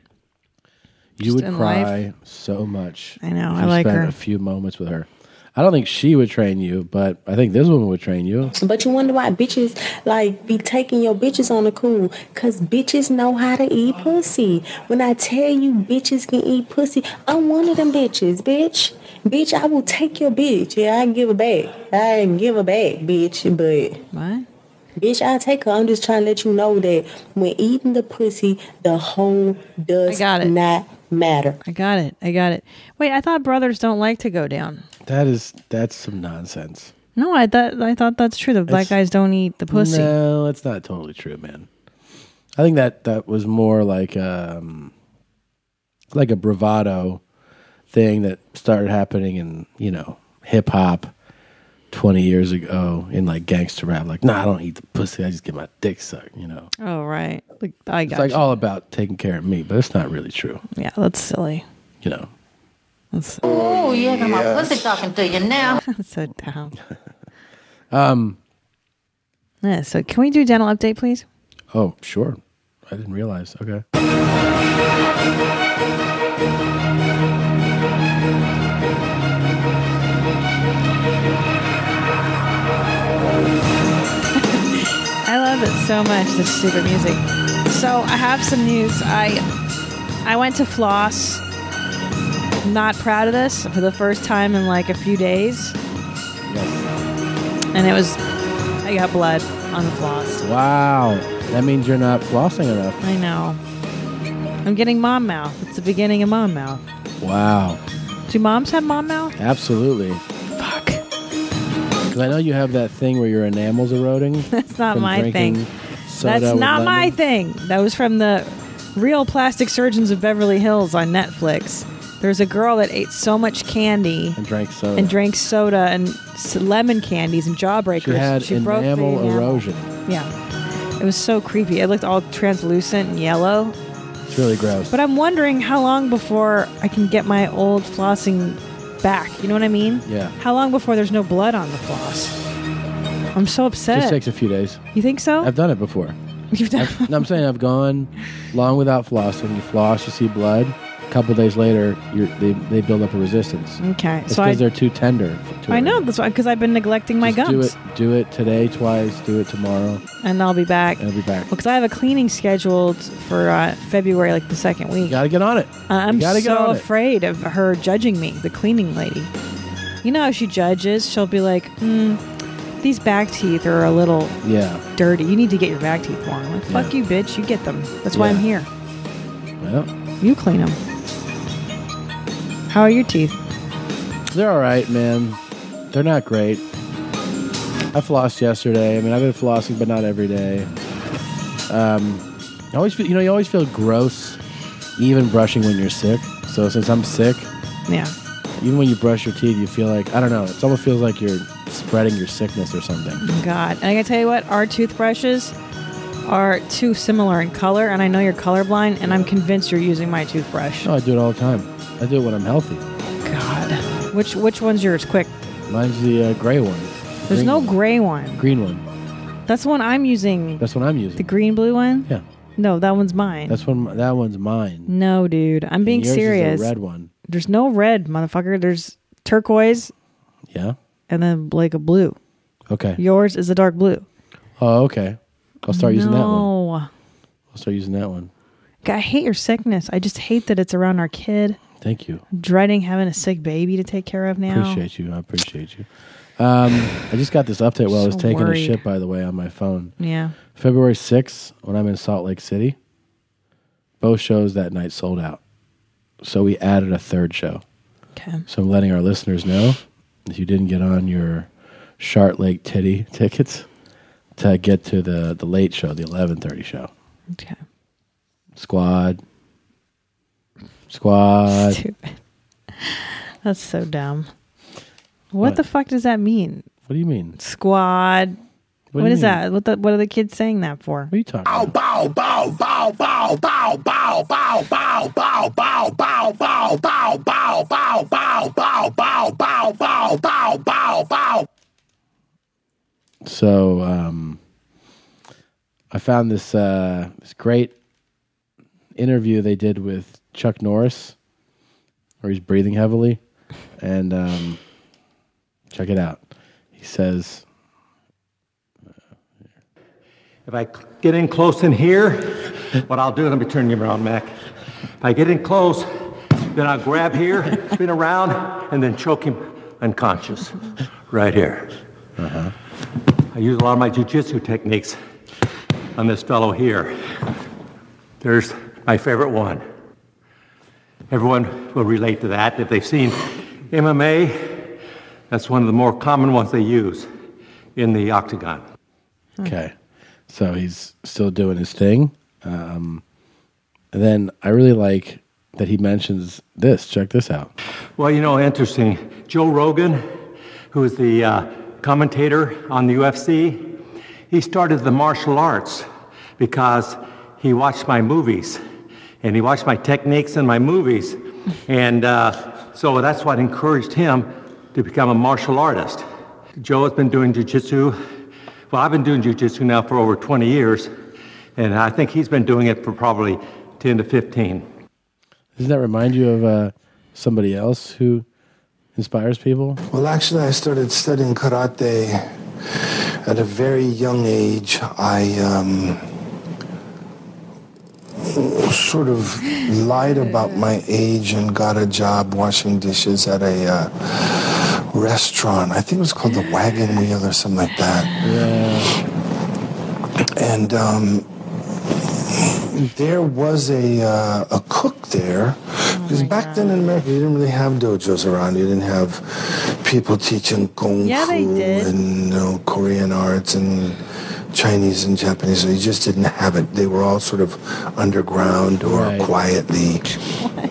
[SPEAKER 1] You would
[SPEAKER 2] in
[SPEAKER 1] cry
[SPEAKER 2] life.
[SPEAKER 1] so much.
[SPEAKER 2] I know,
[SPEAKER 1] if
[SPEAKER 2] I
[SPEAKER 1] you
[SPEAKER 2] like
[SPEAKER 1] spent
[SPEAKER 2] her.
[SPEAKER 1] a few moments with her. I don't think she would train you, but I think this woman would train you.
[SPEAKER 4] But you wonder why bitches like be taking your bitches on the cool. Cause bitches know how to eat pussy. When I tell you bitches can eat pussy, I'm one of them bitches, bitch. Bitch, I will take your bitch. Yeah, I give her back. I give her back, bitch. But
[SPEAKER 2] what?
[SPEAKER 4] Bitch, I take her. I'm just trying to let you know that when eating the pussy, the whole does
[SPEAKER 2] got it.
[SPEAKER 4] not matter.
[SPEAKER 2] I got it. I got it. Wait, I thought brothers don't like to go down.
[SPEAKER 1] That is that's some nonsense.
[SPEAKER 2] No, I thought I thought that's true. The black
[SPEAKER 1] It's-
[SPEAKER 2] guys don't eat the pussy.
[SPEAKER 1] No, it's not totally true, man. I think that that was more like um like a bravado thing that started happening in, you know, hip hop 20 years ago in like gangster rap like, "Nah, I don't eat the pussy. I just get my dick sucked," you know.
[SPEAKER 2] Oh right, like, I
[SPEAKER 1] it's
[SPEAKER 2] got.
[SPEAKER 1] like oh.
[SPEAKER 2] you.
[SPEAKER 1] all about taking care of me, but it's not really true.
[SPEAKER 2] Yeah, that's silly.
[SPEAKER 1] You know.
[SPEAKER 8] Oh, yeah, got my
[SPEAKER 1] Yes.
[SPEAKER 8] pussy talking to you now.
[SPEAKER 2] so down.
[SPEAKER 1] Um
[SPEAKER 2] Yeah. So can we do dental update, please?
[SPEAKER 1] oh, sure. I didn't realize. Okay.
[SPEAKER 2] I love it so much. This stupid music. So I have some news. I I went to floss. Not proud of this for the first time in like a few days. And it was I got blood on the floss.
[SPEAKER 1] Wow. That means you're not flossing enough.
[SPEAKER 2] I know. I'm getting mom mouth. It's the beginning of mom mouth.
[SPEAKER 1] Wow.
[SPEAKER 2] Do moms have mom mouth?
[SPEAKER 1] Absolutely.
[SPEAKER 2] Fuck.
[SPEAKER 1] Because I know you have that thing where your enamel's eroding.
[SPEAKER 2] That's not
[SPEAKER 1] from
[SPEAKER 2] my
[SPEAKER 1] drinking
[SPEAKER 2] thing.
[SPEAKER 1] soda
[SPEAKER 2] That's
[SPEAKER 1] with
[SPEAKER 2] not
[SPEAKER 1] lemon.
[SPEAKER 2] my thing. That was from the Real Plastic Surgeons of Beverly Hills on Netflix. There's a girl that ate so much candy
[SPEAKER 1] and drank soda.
[SPEAKER 2] and drank soda and s- lemon candies and jawbreakers.
[SPEAKER 1] she had
[SPEAKER 2] broke the
[SPEAKER 1] enamel
[SPEAKER 2] enamel.
[SPEAKER 1] erosion.
[SPEAKER 2] Yeah. It was so creepy. It looked all translucent and yellow.
[SPEAKER 1] It's really gross.
[SPEAKER 2] But I'm wondering how long before I can get my old flossing back. You know what I mean?
[SPEAKER 1] Yeah.
[SPEAKER 2] How long before there's no blood on the floss? I'm so upset.
[SPEAKER 1] Just takes a few days.
[SPEAKER 2] you think so?
[SPEAKER 1] I've done it before.
[SPEAKER 2] You've done.
[SPEAKER 1] I've- no, I'm saying I've gone long without flossing. You floss, you see blood. A couple days later, you're, they, they build up a resistance.
[SPEAKER 2] Okay,
[SPEAKER 1] It's
[SPEAKER 2] Mm, so I-
[SPEAKER 1] because they're too tender. To
[SPEAKER 2] I know that's why because I've been neglecting my
[SPEAKER 1] Just
[SPEAKER 2] gums,
[SPEAKER 1] Do it. Do it today twice. Do it tomorrow.
[SPEAKER 2] and I'll be back.
[SPEAKER 1] And I'll be back.
[SPEAKER 2] Because I have a cleaning scheduled for uh, February, like the second week.
[SPEAKER 1] gotta get on it.
[SPEAKER 2] I- I'm
[SPEAKER 1] You gotta
[SPEAKER 2] so
[SPEAKER 1] get on it.
[SPEAKER 2] afraid of her judging me, the cleaning lady. You know how she judges? She'll be like, mm, "These back teeth are a little
[SPEAKER 1] Yeah.
[SPEAKER 2] dirty. You need to get your back teeth worn." I'm like, "Fuck
[SPEAKER 1] Yeah.
[SPEAKER 2] you, bitch! You get them. That's why I'm
[SPEAKER 1] Yeah.
[SPEAKER 2] here.
[SPEAKER 1] Well,
[SPEAKER 2] you clean them. How are your teeth?
[SPEAKER 1] They're all right, man. They're not great. I flossed yesterday. I mean, I've been flossing, but not every day. Um, I always feel, you know, you always feel gross, even brushing when you're sick. So since I'm sick,
[SPEAKER 2] Yeah.
[SPEAKER 1] even when you brush your teeth, you feel like I don't know. It almost feels like you're spreading your sickness or something.
[SPEAKER 2] Oh, God. And I gotta tell you what, our toothbrushes are too similar in color, and I know you're colorblind, and I'm convinced you're using my toothbrush.
[SPEAKER 1] No, I do it all the time. I do it when I'm healthy.
[SPEAKER 2] God. Which which one's yours? Quick.
[SPEAKER 1] Mine's the uh, gray one.
[SPEAKER 2] There's
[SPEAKER 1] Green
[SPEAKER 2] no
[SPEAKER 1] one.
[SPEAKER 2] gray one.
[SPEAKER 1] green one.
[SPEAKER 2] That's the one I'm using.
[SPEAKER 1] That's what I'm using.
[SPEAKER 2] The green blue one?
[SPEAKER 1] Yeah.
[SPEAKER 2] No, that one's mine.
[SPEAKER 1] That's one. That one's mine.
[SPEAKER 2] no, dude. I'm being
[SPEAKER 1] And yours is the
[SPEAKER 2] serious.
[SPEAKER 1] red one.
[SPEAKER 2] There's no red, motherfucker. There's turquoise
[SPEAKER 1] Yeah.
[SPEAKER 2] and then like a blue.
[SPEAKER 1] Okay.
[SPEAKER 2] Yours is a dark blue.
[SPEAKER 1] Oh, okay. I'll start using that one.
[SPEAKER 2] No.
[SPEAKER 1] I'll start using that one.
[SPEAKER 2] God, I hate your sickness. I just hate that it's around our kid.
[SPEAKER 1] Thank you.
[SPEAKER 2] dreading having a sick baby to take care of now.
[SPEAKER 1] Appreciate you. I appreciate you. Um, I just got this update while I was
[SPEAKER 2] So
[SPEAKER 1] taking
[SPEAKER 2] worried.
[SPEAKER 1] a shit, by the way, on my phone.
[SPEAKER 2] Yeah.
[SPEAKER 1] February 6th, when I'm in Salt Lake City, both shows that night sold out. So we added a third show.
[SPEAKER 2] Okay.
[SPEAKER 1] So I'm letting our listeners know if you didn't get on your Shart Lake Titty tickets to get to the, the late show, the 11.30 show.
[SPEAKER 2] Okay.
[SPEAKER 1] Squad. Squad.
[SPEAKER 2] Stupid. That's so dumb. What,
[SPEAKER 1] What?
[SPEAKER 2] the fuck does that mean?
[SPEAKER 1] What do you mean?
[SPEAKER 2] Squad.
[SPEAKER 1] What do
[SPEAKER 2] what
[SPEAKER 1] you
[SPEAKER 2] is
[SPEAKER 1] mean?
[SPEAKER 2] that? What the, what are the kids saying that for? What
[SPEAKER 1] are you talking about?
[SPEAKER 3] Bow, bow, bow, bow, bow, bow, bow, bow, bow, bow, bow, bow, bow, bow, bow, bow, bow, bow, bow, bow, bow, bow, bow.
[SPEAKER 1] So um, I found this uh, this great interview they did with Chuck Norris, where he's breathing heavily, and um, check it out. He says,
[SPEAKER 12] If I cl- get in close in here, what I'll do, let me turn you around, Mac. If I get in close, then I'll grab here, spin around, and then choke him unconscious. Right here. Uh-huh. I use a lot of my jujitsu techniques on this fellow here. There's my favorite one. Everyone will relate to that. If they've seen MMA, that's one of the more common ones they use in the octagon.
[SPEAKER 2] Hmm.
[SPEAKER 1] "Okay." So he's still doing his thing. Um, and then I really like that he mentions this. Check this out.
[SPEAKER 12] Well, you know, interesting. Joe Rogan, who is the uh, commentator on the UFC, he started the martial arts because he watched my movies and he watched my techniques in my movies. And uh, so that's what encouraged him to become a martial artist. Joe has been doing jujitsu. Well, I've been doing jujitsu now for over 20 years, and I think he's been doing it for probably 10 to 15.
[SPEAKER 1] Doesn't that remind you of uh, somebody else who inspires people?
[SPEAKER 13] Well, actually, I started studying karate at a very young age. I um, sort of lied about my age and got a job washing dishes at a uh, restaurant. I think it was called the Wagon Wheel or something like that. And um, there was a, uh, a cook there
[SPEAKER 2] Oh
[SPEAKER 13] because back then in America you didn't really have dojos around. You didn't have people teaching kung
[SPEAKER 2] Yeah,
[SPEAKER 13] fu
[SPEAKER 2] they did.
[SPEAKER 13] and you know, Korean arts and Chinese and Japanese. They just didn't have it. They were all sort of underground or quietly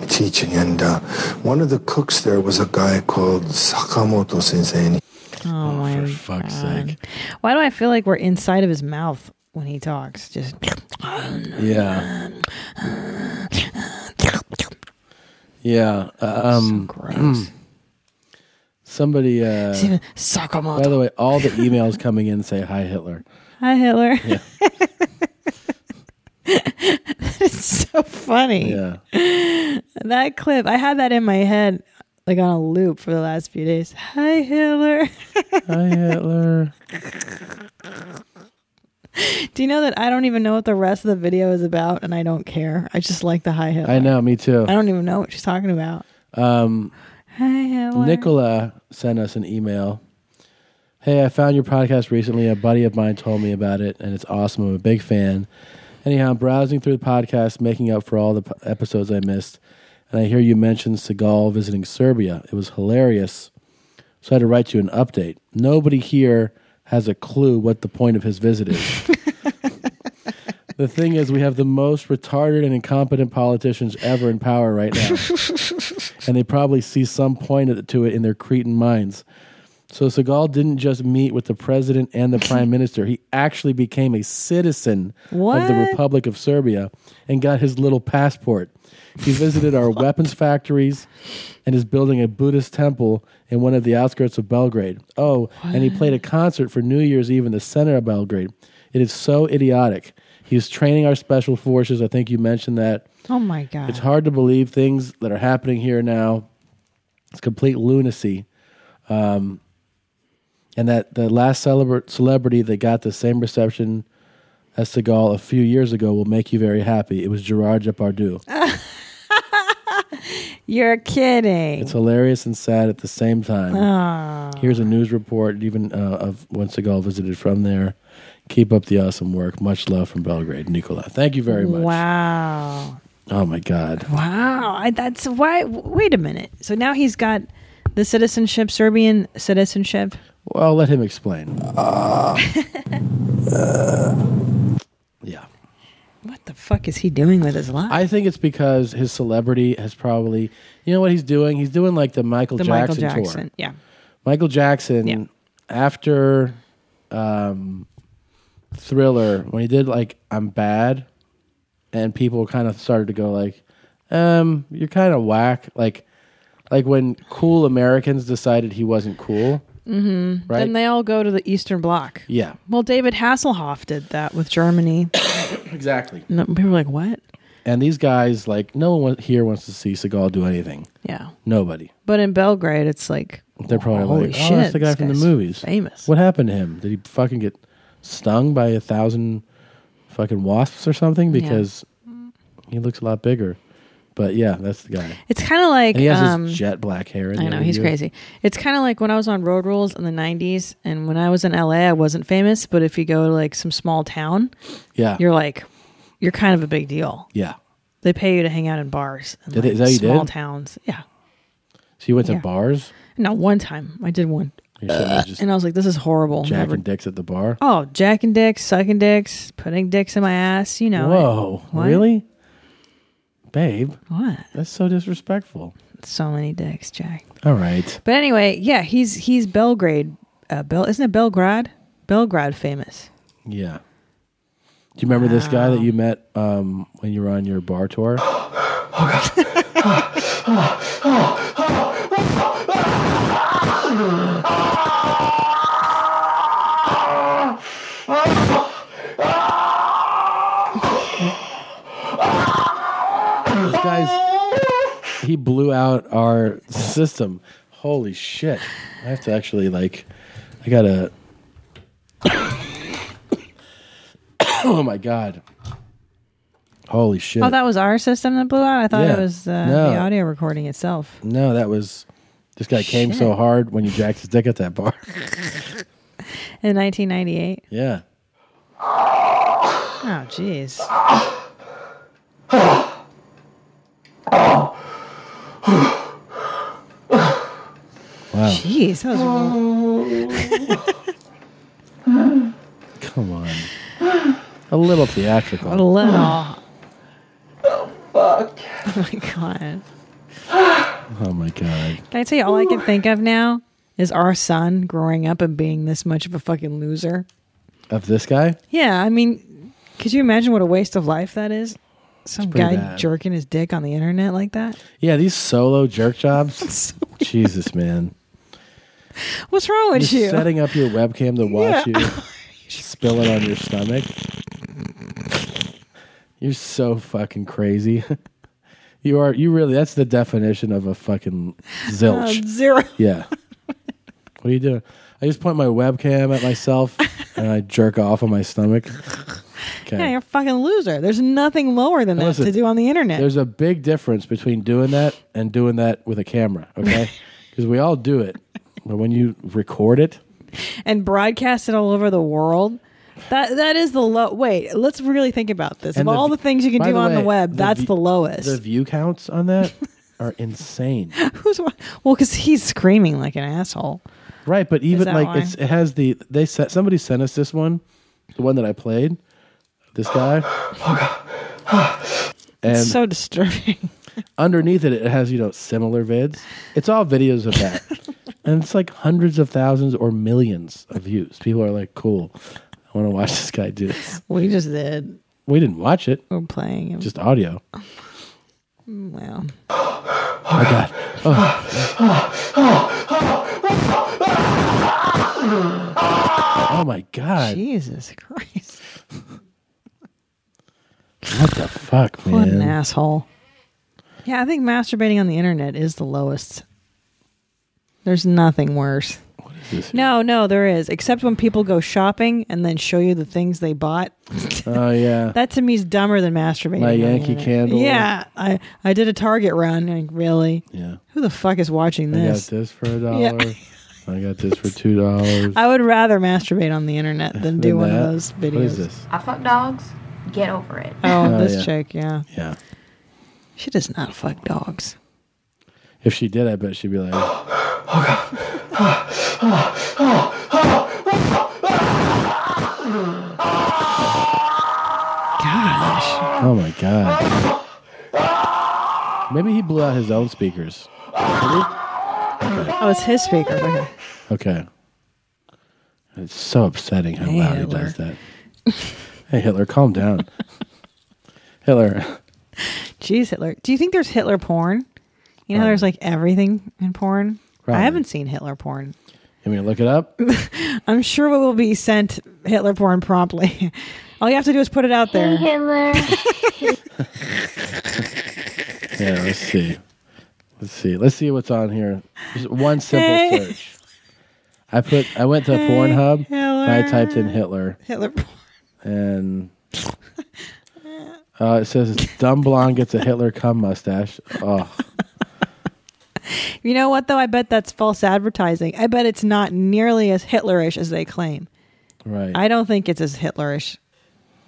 [SPEAKER 13] teaching. And uh, one of the cooks there was a guy called Sakamoto Sensei. and
[SPEAKER 2] Oh, my
[SPEAKER 1] fuck's
[SPEAKER 2] God. Why do I feel like we're inside of his mouth when he talks? Just
[SPEAKER 1] Yeah. Yeah. Um, Somebody. Uh,
[SPEAKER 2] Sakamoto.
[SPEAKER 1] By the way, all the emails coming in say hi Hitler.
[SPEAKER 2] hi Hitler.
[SPEAKER 1] Yeah.
[SPEAKER 2] it's so funny.
[SPEAKER 1] Yeah.
[SPEAKER 2] That clip, I had that in my head like on a loop for the last few days. Hi Hitler.
[SPEAKER 1] hi Hitler.
[SPEAKER 2] Do you know that I don't even know what the rest of the video is about and I don't care. I just like the hi Hitler.
[SPEAKER 1] I know. Me too.
[SPEAKER 2] I don't even know what she's talking about.
[SPEAKER 1] Um,
[SPEAKER 2] Hi Hitler.
[SPEAKER 1] Nicola sent us an email. Hey, I found your podcast recently. A buddy of mine told me about it, and it's awesome. I'm a big fan. Anyhow, I'm browsing through the podcast, making up for all the p- episodes I missed, and I hear you mention Seagal visiting Serbia. It was hilarious. So I had to write you an update. Nobody here has a clue what the point of his visit is. the thing is, we have the most retarded and incompetent politicians ever in power right now and they probably see some point at- to it in their cretin minds. So Seagal didn't just meet with the president and the prime minister; he actually became a citizen of the
[SPEAKER 2] What?
[SPEAKER 1] Republic of Serbia and got his little passport. He visited our weapons factories and is building a Buddhist temple in one of the outskirts of Belgrade. Oh, and he played a concert for New Year's Eve in the center of Belgrade. It is so idiotic. He's training our special forces. I think you mentioned that.
[SPEAKER 2] Oh my god.
[SPEAKER 1] It's hard to believe things that are happening here now. It's complete lunacy. Um, and that the last celebra- celebrity that got the same reception as Seagal a few years ago will make you very happy. It was Gerard Depardieu.
[SPEAKER 2] You're kidding.
[SPEAKER 1] It's hilarious and sad at the same time.
[SPEAKER 2] Ah.
[SPEAKER 1] Here's a news report, even uh, of when Seagal visited from there. Keep up the awesome work. Much love from Belgrade, Nicola. Thank you very much.
[SPEAKER 2] Wow.
[SPEAKER 1] Oh my God.
[SPEAKER 2] Wow, I, that's why. Wait a minute. So now he's got the citizenship, Serbian citizenship.
[SPEAKER 1] Well, I'll let him explain. yeah.
[SPEAKER 2] What the fuck is he doing with his life?
[SPEAKER 1] I think it's because his celebrity has probably, you know what he's doing? He's doing like the Michael
[SPEAKER 2] the Michael
[SPEAKER 1] Jackson
[SPEAKER 2] Jackson.
[SPEAKER 1] tour.
[SPEAKER 2] Yeah.
[SPEAKER 1] Michael Jackson after um, Thriller when he did like I'm Bad, and people kind of started to go like, um, you're kind of whack. Like, like when cool Americans decided he wasn't cool.
[SPEAKER 2] Mm-hmm.
[SPEAKER 1] Right.
[SPEAKER 2] Then they all go to the Eastern Bloc.
[SPEAKER 1] Yeah,
[SPEAKER 2] Well, David Hasselhoff did that with Germany.
[SPEAKER 1] exactly.
[SPEAKER 2] No, people were like, "What?"
[SPEAKER 1] And these guys, like, no one here wants to see Seagal do anything.
[SPEAKER 2] Yeah.
[SPEAKER 1] Nobody.
[SPEAKER 2] But in Belgrade, it's like
[SPEAKER 1] They're probably
[SPEAKER 2] holy
[SPEAKER 1] like,
[SPEAKER 2] shit,
[SPEAKER 1] oh, that's the guy
[SPEAKER 2] this
[SPEAKER 1] from the
[SPEAKER 2] guy's
[SPEAKER 1] movies.
[SPEAKER 2] famous.
[SPEAKER 1] What happened to him? Did he fucking get stung by a thousand fucking wasps or something?
[SPEAKER 2] Yeah.
[SPEAKER 1] Because he looks a lot bigger. But yeah, that's the guy.
[SPEAKER 2] It's kind of like
[SPEAKER 1] And he has
[SPEAKER 2] um,
[SPEAKER 1] his jet black hair. In
[SPEAKER 2] I
[SPEAKER 1] the
[SPEAKER 2] know
[SPEAKER 1] other
[SPEAKER 2] he's
[SPEAKER 1] year.
[SPEAKER 2] crazy. It's kind of like when I was on Road Rules in the '90s, and when I was in LA, I wasn't famous. But if you go to like some small town,
[SPEAKER 1] Yeah.
[SPEAKER 2] you're like, you're kind of a big deal.
[SPEAKER 1] Yeah.
[SPEAKER 2] They pay you to hang out in bars. And,
[SPEAKER 1] Did they-
[SPEAKER 2] like,
[SPEAKER 1] is that you
[SPEAKER 2] small
[SPEAKER 1] did?
[SPEAKER 2] towns. Yeah.
[SPEAKER 1] So you went to
[SPEAKER 2] Yeah.
[SPEAKER 1] bars.
[SPEAKER 2] No, one time I did one,
[SPEAKER 1] You're sitting there just
[SPEAKER 2] and I was like, this is horrible.
[SPEAKER 1] Jack
[SPEAKER 2] Never-
[SPEAKER 1] and dicks at the bar.
[SPEAKER 2] oh, Jack and dicks, sucking dicks, putting dicks in my ass. You know.
[SPEAKER 1] Whoa,
[SPEAKER 2] Oh, What?
[SPEAKER 1] really, babe?
[SPEAKER 2] What?
[SPEAKER 1] That's so disrespectful.
[SPEAKER 2] So many dicks, Jack.
[SPEAKER 1] All right.
[SPEAKER 2] But anyway, yeah, he's he's Belgrade. Uh, Bel isn't it Belgrade? Belgrade famous. Oh,
[SPEAKER 1] Yeah. Do you remember this guy that you met um, when you were on your bar tour? This guy's he blew out our system. Holy shit! I have to actually like, I gotta. oh my god! Holy shit!
[SPEAKER 2] Oh, that was our system that blew out. I thought
[SPEAKER 1] Yeah.
[SPEAKER 2] it was uh,
[SPEAKER 1] No.
[SPEAKER 2] the audio recording itself.
[SPEAKER 1] no, that was this guy came so
[SPEAKER 2] Shit.
[SPEAKER 1] hard when you jacked his dick at that bar.
[SPEAKER 2] In 1998.
[SPEAKER 1] yeah.
[SPEAKER 2] Oh, jeez.
[SPEAKER 1] Wow.
[SPEAKER 2] Jeez, that was.
[SPEAKER 1] Come on. A little theatrical.
[SPEAKER 2] A little. oh, fuck. Oh, my God.
[SPEAKER 1] Oh my god.
[SPEAKER 2] Can I tell you, all I can think of now is our son growing up and being this much of a fucking loser.
[SPEAKER 1] Of this guy?
[SPEAKER 2] Yeah, I mean, could you imagine what a waste of life that is? Some
[SPEAKER 1] pretty
[SPEAKER 2] guy
[SPEAKER 1] bad.
[SPEAKER 2] jerking his dick on the internet like that.
[SPEAKER 1] Yeah, these solo jerk jobs. Jesus, man.
[SPEAKER 2] What's wrong with
[SPEAKER 1] You're
[SPEAKER 2] you?
[SPEAKER 1] setting up your webcam to watch
[SPEAKER 2] Yeah.
[SPEAKER 1] you spill it on your stomach. You're so fucking crazy. You are. You really. That's the definition of a fucking zilch.
[SPEAKER 2] Uh, zero.
[SPEAKER 1] Yeah. What are you doing? I just point my webcam at myself and I jerk off on my stomach. Okay.
[SPEAKER 2] Yeah, you're a fucking loser. There's nothing lower than
[SPEAKER 1] Now
[SPEAKER 2] that
[SPEAKER 1] listen,
[SPEAKER 2] to do on the internet.
[SPEAKER 1] There's a big difference between doing that and doing that with a camera, okay? Because we all do it. But when you record it,
[SPEAKER 2] and broadcast it all over the world. That that is the low. Wait, let's really think about this.
[SPEAKER 1] and
[SPEAKER 2] of all the things you can
[SPEAKER 1] by
[SPEAKER 2] do on the
[SPEAKER 1] way,
[SPEAKER 2] web, that's
[SPEAKER 1] vi-
[SPEAKER 2] the lowest.
[SPEAKER 1] The view counts on that are insane.
[SPEAKER 2] Who's wa- well? Because he's screaming like an asshole.
[SPEAKER 1] Right, but even
[SPEAKER 2] that
[SPEAKER 1] like
[SPEAKER 2] why?
[SPEAKER 1] it's, it has the they sent somebody sent us this one, the one that I played, this guy. and
[SPEAKER 2] It's so disturbing.
[SPEAKER 1] underneath it, it has you know similar vids. It's all videos of that, and it's like hundreds of thousands or millions of views. People are like, "Cool, I want to watch this guy do this."
[SPEAKER 2] We just did.
[SPEAKER 1] We didn't watch it.
[SPEAKER 2] We're playing it.
[SPEAKER 1] Just audio.
[SPEAKER 2] Wow.
[SPEAKER 1] Oh my god. Oh, oh my god.
[SPEAKER 2] Jesus Christ.
[SPEAKER 1] What the fuck, man?
[SPEAKER 2] What an asshole. Yeah, I think masturbating on the internet is the lowest. There's nothing worse.
[SPEAKER 1] this?
[SPEAKER 2] No, no, there is. Except when people go shopping and then show you the things they bought.
[SPEAKER 1] Oh yeah.
[SPEAKER 2] That to me is dumber than masturbating.
[SPEAKER 1] My
[SPEAKER 2] on the
[SPEAKER 1] Yankee
[SPEAKER 2] internet.
[SPEAKER 1] Candle.
[SPEAKER 2] Yeah, I I did a Target run. Like really?
[SPEAKER 1] Yeah.
[SPEAKER 2] Who the fuck is watching
[SPEAKER 1] I got
[SPEAKER 2] this?
[SPEAKER 1] this for a dollar.
[SPEAKER 2] Yeah.
[SPEAKER 1] I got this for two dollars.
[SPEAKER 2] I would rather masturbate on the internet than do
[SPEAKER 1] Than
[SPEAKER 2] one
[SPEAKER 1] that?
[SPEAKER 2] of those videos.
[SPEAKER 1] What is this?
[SPEAKER 8] I fuck dogs. Get over it.
[SPEAKER 2] Oh,
[SPEAKER 1] Oh,
[SPEAKER 2] this
[SPEAKER 1] yeah.
[SPEAKER 2] chick, yeah.
[SPEAKER 1] Yeah.
[SPEAKER 2] She does not fuck dogs.
[SPEAKER 1] If she did, I bet she'd be like,
[SPEAKER 2] Gosh.
[SPEAKER 1] "Oh my god." Maybe he blew out his own speakers.
[SPEAKER 2] Oh, it's his speaker. Okay.
[SPEAKER 1] Okay. It's so upsetting how loud he does that. hey Hitler, calm down. Hitler.
[SPEAKER 2] Jeez, Hitler. Do you think there's Hitler porn? You know, how there's like everything in porn. I
[SPEAKER 1] Probably.
[SPEAKER 2] haven't seen Hitler porn.
[SPEAKER 1] You want me to look it up?
[SPEAKER 2] I'm sure we will be sent Hitler porn promptly. All you have to do is put it out there.
[SPEAKER 9] Hitler.
[SPEAKER 1] Yeah, let's see. Let's see. Let's see what's on here. Just one simple
[SPEAKER 2] Hey.
[SPEAKER 1] search. I put I went to
[SPEAKER 2] Hey,
[SPEAKER 1] Pornhub and I
[SPEAKER 2] Hitler.
[SPEAKER 1] typed in Hitler.
[SPEAKER 2] Hitler porn.
[SPEAKER 1] And uh, it says dumb blonde gets a Hitler cum mustache. Oh,
[SPEAKER 2] You know what though? I bet that's false advertising. I bet it's not nearly as Hitlerish as they claim.
[SPEAKER 1] right.
[SPEAKER 2] I don't think it's as Hitlerish.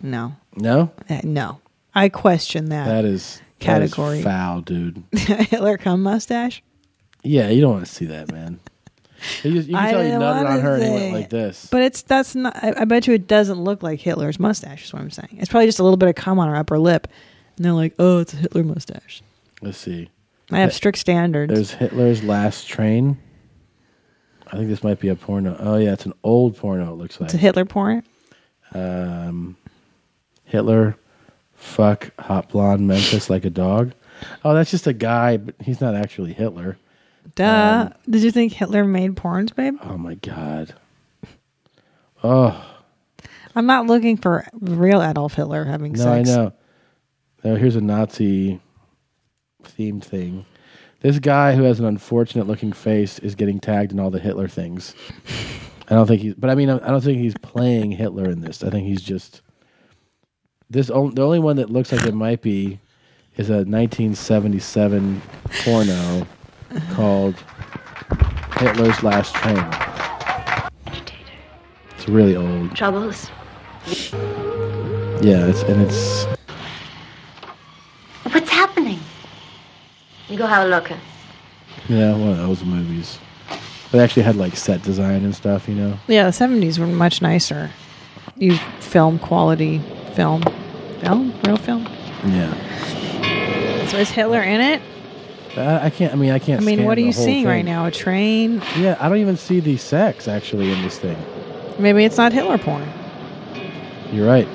[SPEAKER 2] No,
[SPEAKER 1] no?
[SPEAKER 2] Uh, no. I question that.
[SPEAKER 1] That is that is
[SPEAKER 2] Category.
[SPEAKER 1] foul, dude.
[SPEAKER 2] Hitler cum mustache.
[SPEAKER 1] Yeah, you don't want to see that, man. You, just, you can
[SPEAKER 2] I
[SPEAKER 1] tell you
[SPEAKER 2] didn't
[SPEAKER 1] nutted
[SPEAKER 2] wanna
[SPEAKER 1] on her and he
[SPEAKER 2] see
[SPEAKER 1] went like this.
[SPEAKER 2] But it's that's not. I, I bet you it doesn't look like Hitler's mustache. Is what I'm saying. It's probably just a little bit of cum on her upper lip, and they're like, "Oh, it's a Hitler mustache."
[SPEAKER 1] Let's see.
[SPEAKER 2] I have strict standards.
[SPEAKER 1] There's Hitler's Last Train. I think this might be a porno. Oh yeah, it's an old porno. It looks like
[SPEAKER 2] It's a Hitler porn.
[SPEAKER 1] um, Hitler, fuck hot blonde Memphis like a dog. Oh, that's just a guy, but he's not actually Hitler.
[SPEAKER 2] Duh.
[SPEAKER 1] Um,
[SPEAKER 2] Did you think Hitler made porns, babe?
[SPEAKER 1] Oh my god. Oh
[SPEAKER 2] I'm not looking for real Adolf Hitler having
[SPEAKER 1] no,
[SPEAKER 2] sex.
[SPEAKER 1] I know. Now here's a Nazi themed thing. This guy who has an unfortunate looking face is getting tagged in all the Hitler things. I don't think he's, but I mean, I don't think he's playing Hitler in this. I think he's just this. On, the only one that looks like it might be is a 1977 porno called Hitler's Last Train. It's really old.
[SPEAKER 9] Troubles.
[SPEAKER 1] Yeah, it's and it's
[SPEAKER 9] What's happening? You go have a look.
[SPEAKER 1] Yeah, one of those movies. They actually had like set design and stuff, you know.
[SPEAKER 2] Yeah, the 70s were much nicer. You film quality film. Film? Real film?
[SPEAKER 1] Yeah.
[SPEAKER 2] So is Hitler in it?
[SPEAKER 1] Uh, I can't. I mean, I
[SPEAKER 2] I
[SPEAKER 1] can't.
[SPEAKER 2] mean,
[SPEAKER 1] scan
[SPEAKER 2] what are
[SPEAKER 1] the
[SPEAKER 2] you
[SPEAKER 1] whole
[SPEAKER 2] seeing
[SPEAKER 1] thing.
[SPEAKER 2] right now? A train?
[SPEAKER 1] Yeah, I don't even see the sex actually in this thing.
[SPEAKER 2] Maybe it's not Hitler porn.
[SPEAKER 1] You're right.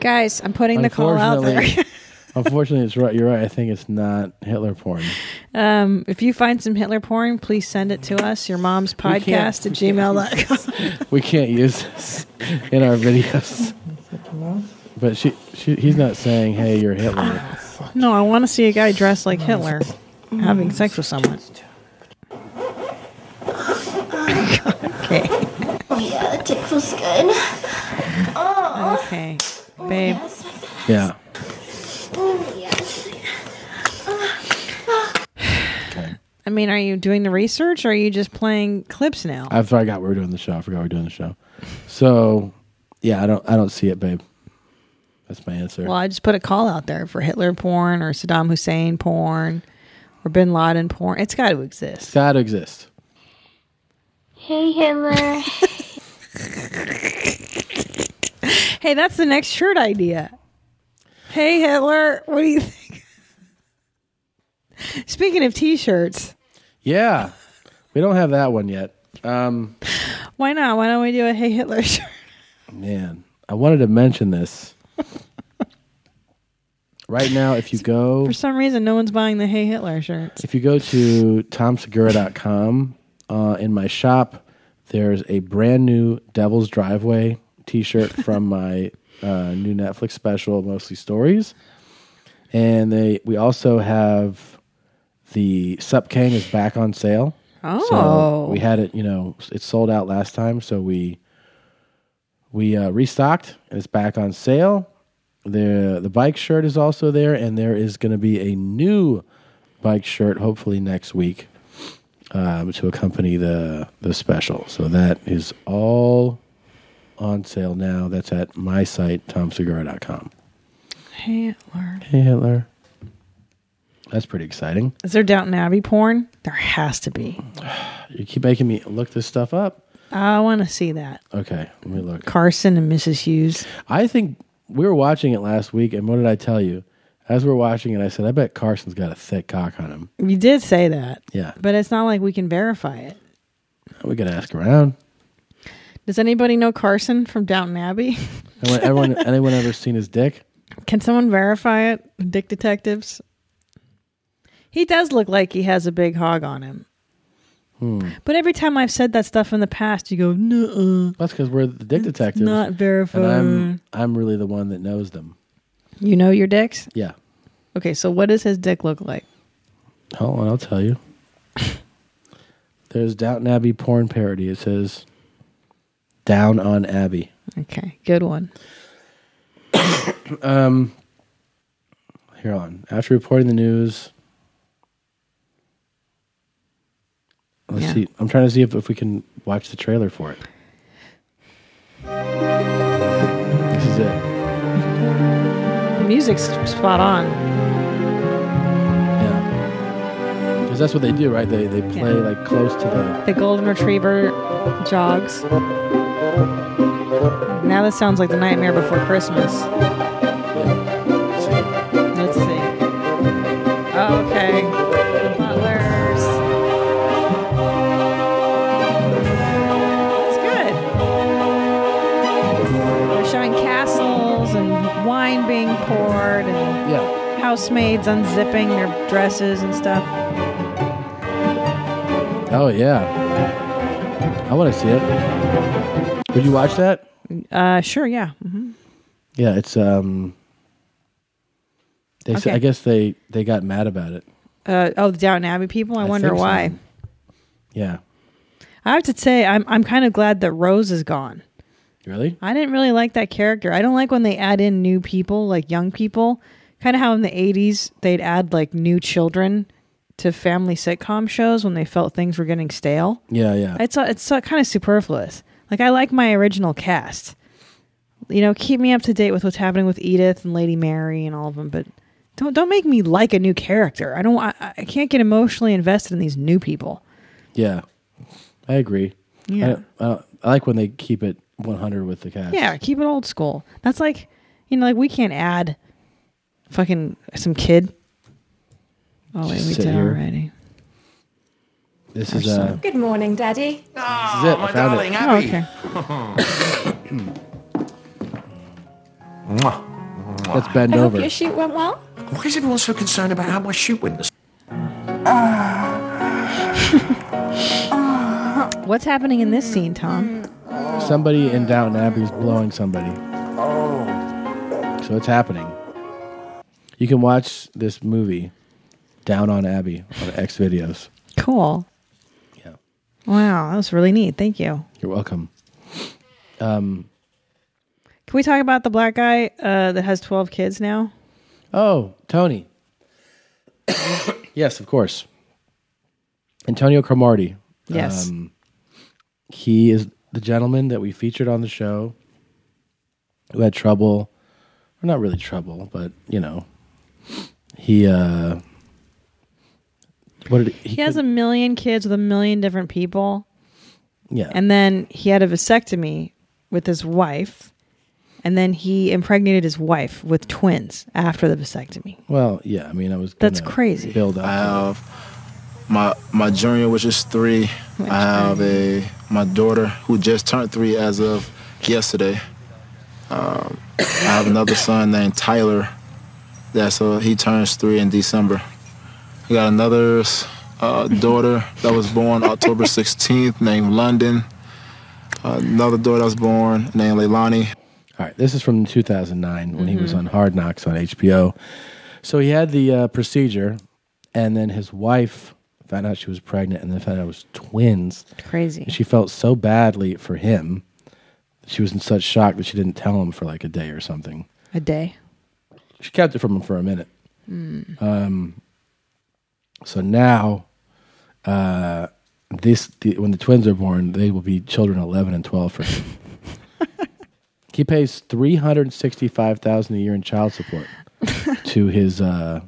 [SPEAKER 2] Guys, I'm putting the call out there.
[SPEAKER 1] Unfortunately- unfortunately, it's right. You're right. I think it's not Hitler porn.
[SPEAKER 2] Um, if you find some Hitler porn, please send it to us, your mom's
[SPEAKER 1] can't-
[SPEAKER 2] podcast at gmail.com.
[SPEAKER 1] We can't use this in our videos. But she, she he's not saying, "Hey, you're Hitler."
[SPEAKER 2] no, I want to see a guy dressed like Hitler having sex with someone. okay.
[SPEAKER 9] Oh yeah, that dick feels good. Oh.
[SPEAKER 2] Okay. Babe.
[SPEAKER 1] Yeah.
[SPEAKER 9] Oh yes.
[SPEAKER 2] I mean, are you doing the research or are you just playing clips now?
[SPEAKER 1] I forgot we were doing the show. I forgot we were doing the show. So, yeah, I don't I don't see it, babe. That's my answer.
[SPEAKER 2] Well, I just put a call out there for Hitler porn or Saddam Hussein porn or bin Laden porn. It's got to exist.
[SPEAKER 1] It's got to exist.
[SPEAKER 9] Hey Hitler.
[SPEAKER 2] Hey, that's the next shirt idea. Hey, Hitler, what do you think? Speaking of t shirts,
[SPEAKER 1] Yeah. We don't have that one yet. Um
[SPEAKER 2] why not? Why don't we do a Hey Hitler shirt?
[SPEAKER 1] man, I wanted to mention this. right now, if you go
[SPEAKER 2] For some reason, no one's buying the Hey Hitler shirts.
[SPEAKER 1] If you go to tomsegura.com, uh, in my shop, there's a brand new Devil's Driveway t shirt from my uh, new Netflix special, Mostly Stories. And they we also have the Sup Kang is back on sale.
[SPEAKER 2] Oh.
[SPEAKER 1] So we had it, you know, it sold out last time. So we we uh, restocked and it's back on sale. The the bike shirt is also there, and there is going to be a new bike shirt hopefully next week um, to accompany the the special. So that is all on sale now. That's at my site tomsegura.com.
[SPEAKER 2] Hey Hitler.
[SPEAKER 1] Hey Hitler, that's pretty exciting.
[SPEAKER 2] Is there Downton Abbey porn? There has to be.
[SPEAKER 1] You keep making me look this stuff up.
[SPEAKER 2] I want to see that.
[SPEAKER 1] Okay, let me look.
[SPEAKER 2] Carson and Mrs. Hughes.
[SPEAKER 1] I think we were watching it last week, and what did I tell you? As we we're watching it, I said, "I bet Carson's got a thick cock on him."
[SPEAKER 2] You did say that,
[SPEAKER 1] Yeah,
[SPEAKER 2] but it's not like we can verify it.
[SPEAKER 1] we could ask around.
[SPEAKER 2] Does anybody know Carson from Downton Abbey?
[SPEAKER 1] Anyone, everyone, anyone ever seen his dick?
[SPEAKER 2] Can someone verify it? Dick detectives. He does look like he has a big hog on him.
[SPEAKER 1] Hmm.
[SPEAKER 2] But every time I've said that stuff in the past, you go, no.
[SPEAKER 1] That's because we're the dick detectives.
[SPEAKER 2] not verified.
[SPEAKER 1] And I'm I'm really the one that knows them.
[SPEAKER 2] You know your dicks?
[SPEAKER 1] Yeah.
[SPEAKER 2] Okay, so what does his dick look like?
[SPEAKER 1] Hold on, I'll tell you. There's Downton Abbey porn parody. It says "Down on Abbey."
[SPEAKER 2] Okay, good one.
[SPEAKER 1] Um, here on after reporting the news. Let's
[SPEAKER 2] Yeah.
[SPEAKER 1] see. I'm trying to see if, if we can watch the trailer for it. This is it.
[SPEAKER 2] The music's spot on.
[SPEAKER 1] Because that's what they do, right? They, they play like close to the.
[SPEAKER 2] The golden retriever jogs. Now this sounds like the Nightmare Before Christmas. Let's see. Okay. The Butlers. That's good. They're showing castles and wine being poured and housemaids unzipping their dresses and stuff.
[SPEAKER 1] Oh, yeah. I want to see it. Would you watch that?
[SPEAKER 2] Uh, sure, yeah. hmm
[SPEAKER 1] Yeah, it's. um. They said,
[SPEAKER 2] Okay.
[SPEAKER 1] I guess they, they got mad about it.
[SPEAKER 2] Uh, oh, the Downton Abbey people. I, wonder
[SPEAKER 1] think so.
[SPEAKER 2] why.
[SPEAKER 1] Yeah.
[SPEAKER 2] I have to say, I'm I'm kind of glad that Rose is gone.
[SPEAKER 1] Really?
[SPEAKER 2] I didn't really like that character. I don't like when they add in new people, like young people. Kind of how in the 80s they'd add like new children to family sitcom shows when they felt things were getting stale.
[SPEAKER 1] Yeah, yeah.
[SPEAKER 2] It's uh, it's uh, kind of superfluous. Like I like my original cast. You know, keep me up to date with what's happening with Edith and Lady Mary and all of them, but don't don't make me like a new character. I don't I, I can't get emotionally invested in these new people.
[SPEAKER 1] Yeah, I agree.
[SPEAKER 2] Yeah.
[SPEAKER 1] I, I, I like when they keep it 100 with the cast.
[SPEAKER 2] Yeah, keep it old school. That's like, You know, like we can't add fucking some kid. Oh wait,
[SPEAKER 1] Just
[SPEAKER 2] we
[SPEAKER 1] sit
[SPEAKER 2] did
[SPEAKER 1] here.
[SPEAKER 2] already.
[SPEAKER 1] This is uh,
[SPEAKER 14] Good morning, Daddy.
[SPEAKER 1] this is it. I found it.
[SPEAKER 14] Oh, okay.
[SPEAKER 1] Let's bend
[SPEAKER 14] I hope
[SPEAKER 1] over.
[SPEAKER 14] your shoot went well.
[SPEAKER 15] Why is everyone so concerned about how my shoot went?
[SPEAKER 2] What's happening in this scene, Tom?
[SPEAKER 1] Somebody in Downton Abbey is blowing somebody. So it's happening. You can watch this movie, Down on Abbey, on X videos.
[SPEAKER 2] Cool. Yeah. Wow, that was really neat. Thank you.
[SPEAKER 1] You're welcome. Um,
[SPEAKER 2] Can we talk about the black guy uh, that has twelve kids now?
[SPEAKER 1] oh, Tony. yes, of course. Antonio Cromartie.
[SPEAKER 2] Yes.
[SPEAKER 1] Um, he is the gentleman that we featured on the show who had trouble, or not really trouble, but, you know, he, uh, what did he,
[SPEAKER 2] He, has a million kids with a million different people.
[SPEAKER 1] Yeah.
[SPEAKER 2] And then he had a vasectomy with his wife. And then he impregnated his wife with twins after the vasectomy.
[SPEAKER 1] well, yeah, I mean, I was
[SPEAKER 2] That's
[SPEAKER 1] gonna
[SPEAKER 2] crazy.
[SPEAKER 1] Build up.
[SPEAKER 16] I have my my junior, which is three. I have a my daughter who just turned three as of yesterday. Um, I have another son named Tyler. That's uh, he turns three in December. I got another uh, daughter that was born October 16th named London. another daughter that was born named Leilani.
[SPEAKER 1] All right, this is from 2009 when he
[SPEAKER 2] Mm-hmm.
[SPEAKER 1] was on Hard Knocks on HBO. So he had the uh, procedure, and then his wife found out she was pregnant, and then found out it was twins.
[SPEAKER 2] Crazy.
[SPEAKER 1] And she felt so badly for him. She was in such shock that she didn't tell him for like a day or something.
[SPEAKER 2] A day.
[SPEAKER 1] She kept it from him for a minute.
[SPEAKER 2] Mm.
[SPEAKER 1] Um, so now, uh, this the, when the twins are born, they will be children eleven and twelve for him. he pays three hundred sixty-five thousand a year in child support to his, uh,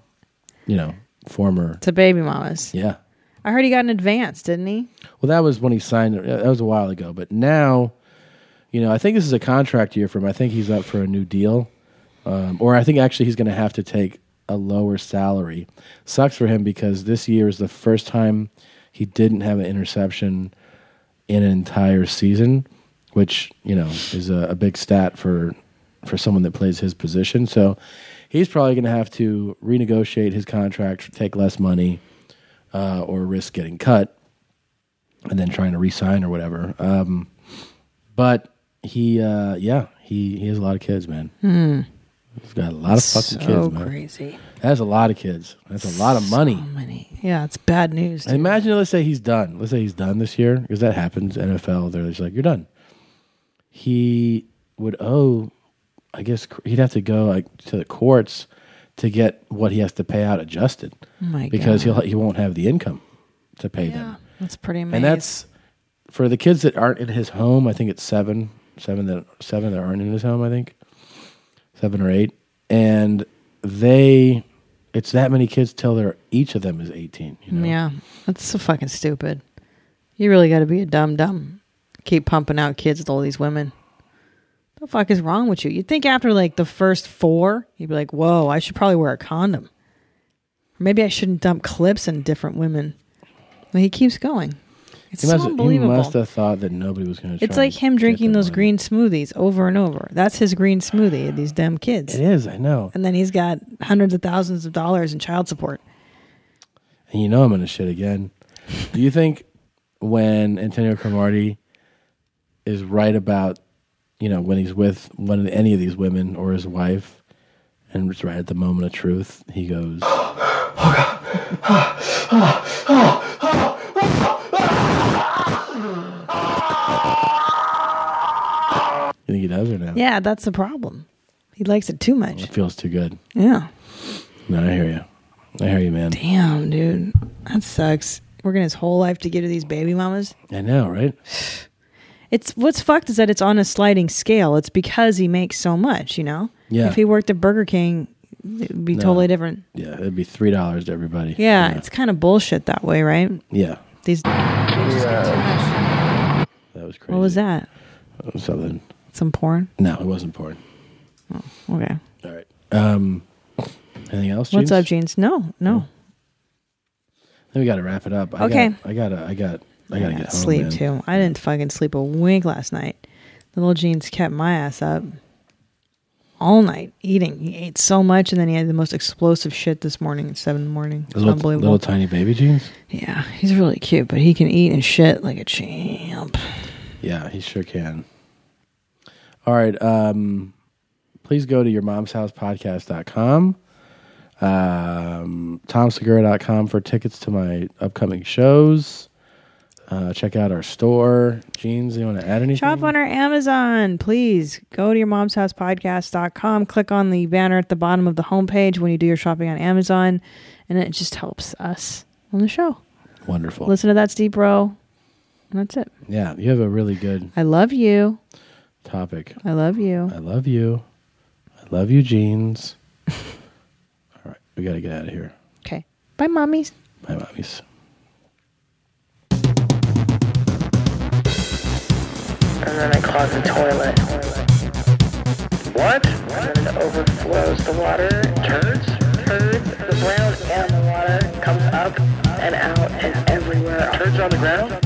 [SPEAKER 1] you know, former
[SPEAKER 2] to baby mamas.
[SPEAKER 1] Yeah.
[SPEAKER 2] I heard he got an advance, didn't he?
[SPEAKER 1] Well, that was when he signed. uh, That was a while ago, but now, you know, I think this is a contract year for him. I think he's up for a new deal, um, or I think actually he's going to have to take a lower salary. Sucks for him because this year is the first time he didn't have an interception in an entire season, which you know is a, a big stat for for someone that plays his position. So he's probably going to have to renegotiate his contract, take less money, uh, or risk getting cut and then trying to re-sign or whatever. Um, but he, uh, yeah, he he has a lot of kids, man.
[SPEAKER 2] Hmm.
[SPEAKER 1] He's got a lot of
[SPEAKER 2] So
[SPEAKER 1] fucking kids, man.
[SPEAKER 2] Oh, crazy.
[SPEAKER 1] That's a lot of kids. That's a lot of money.
[SPEAKER 2] Yeah, it's bad news.
[SPEAKER 1] And Imagine, let's say he's done. Let's say he's done this year because that happens. NFL, they're just like, you're done. He would owe, I guess cr- he'd have to go like to the courts to get what he has to pay out adjusted
[SPEAKER 2] Oh my
[SPEAKER 1] because
[SPEAKER 2] God.
[SPEAKER 1] he'll he won't have the income to pay them.
[SPEAKER 2] That's pretty amazing.
[SPEAKER 1] And that's for the kids that aren't in his home. I think it's seven, seven that seven that aren't in his home. I think seven or eight, and they, it's that many kids till they're each of them is eighteen.
[SPEAKER 2] Yeah, that's so fucking stupid. You really got to be a dumb dumb. Keep pumping out kids with all these women. The fuck is wrong with you? You'd think after like the first four, you'd be like, "Whoa, I should probably wear a condom." Or maybe I shouldn't dump clips in different women. And he keeps going. It's
[SPEAKER 1] he
[SPEAKER 2] so
[SPEAKER 1] must, he
[SPEAKER 2] unbelievable.
[SPEAKER 1] must have thought that nobody was going to.
[SPEAKER 2] It's like him drinking those green smoothies over and over. That's his green smoothie, these damn kids.
[SPEAKER 1] It is, I know.
[SPEAKER 2] And then he's got hundreds of thousands of dollars in child support.
[SPEAKER 1] And you know I'm going to shit again. Do you think when Antonio Cromartie is right about, you know, when he's with one of any of these women or his wife, and it's right at the moment of truth, he goes, You think he does or no?
[SPEAKER 2] Yeah, that's the problem. He likes it too much.
[SPEAKER 1] It feels too good.
[SPEAKER 2] Yeah.
[SPEAKER 1] No, I hear you. I hear you, man.
[SPEAKER 2] Damn, dude. That sucks. Working his whole life to give to these baby mamas.
[SPEAKER 1] I know, right?
[SPEAKER 2] It's what's fucked is that it's on a sliding scale. It's because he makes so much, you know?
[SPEAKER 1] Yeah.
[SPEAKER 2] If he worked at Burger King, it would be
[SPEAKER 1] No.
[SPEAKER 2] totally different.
[SPEAKER 1] Yeah, it'd be three dollars to everybody.
[SPEAKER 2] Yeah, it's kind of bullshit that way, right?
[SPEAKER 1] Yeah.
[SPEAKER 2] These
[SPEAKER 1] That was crazy.
[SPEAKER 2] What was that?
[SPEAKER 1] That was something.
[SPEAKER 2] Some porn?
[SPEAKER 1] No, it wasn't porn.
[SPEAKER 2] Okay.
[SPEAKER 1] All right. Um, anything else?
[SPEAKER 2] What's
[SPEAKER 1] Jeans?
[SPEAKER 2] up, Jeans? No, no.
[SPEAKER 1] Then we got to wrap it up. I
[SPEAKER 2] Okay.
[SPEAKER 1] Got, I got. to I got. I got to get home,
[SPEAKER 2] sleep
[SPEAKER 1] man.
[SPEAKER 2] too. I didn't fucking sleep a wink last night. Little Jeans kept my ass up all night eating. He ate so much, and then he had the most explosive shit this morning at seven in the morning. It's
[SPEAKER 1] Those little,
[SPEAKER 2] unbelievable.
[SPEAKER 1] little tiny baby jeans.
[SPEAKER 2] yeah, he's really cute, but he can eat and shit like a champ.
[SPEAKER 1] Yeah, he sure can. All right. Um, please go to your mom's house podcast.com, um, tomsegura.com for tickets to my upcoming shows. Uh, check out our store. Jeans, you want to add anything?
[SPEAKER 2] Shop on our Amazon, please. Go to your mom's house podcast.com. Click on the banner at the bottom of the homepage when you do your shopping on Amazon, and it just helps us on the show.
[SPEAKER 1] Wonderful.
[SPEAKER 2] Listen to That's Deep Bro. And that's it.
[SPEAKER 1] Yeah, you have a really good
[SPEAKER 2] I love you.
[SPEAKER 1] topic.
[SPEAKER 2] I love you.
[SPEAKER 1] I love you. I love you, jeans. All right, we got to get out of here.
[SPEAKER 2] Okay. Bye, mommies.
[SPEAKER 1] Bye, mommies.
[SPEAKER 10] and then I clog the toilet. What? And then it overflows the water, turds, turds, the brown and the water comes up and out and everywhere. Turds on the ground?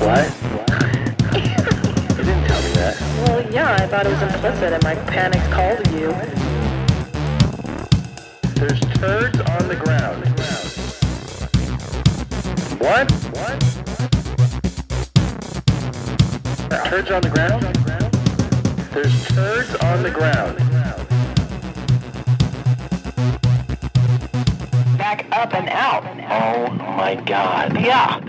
[SPEAKER 17] What?
[SPEAKER 10] You didn't tell me that. Well, yeah, I thought it was implicit in my panic call to you.
[SPEAKER 17] There's turds on the ground. What? What? Turds on the ground? There's turds on the ground.
[SPEAKER 10] Back up and out.
[SPEAKER 17] Oh my god. Yeah.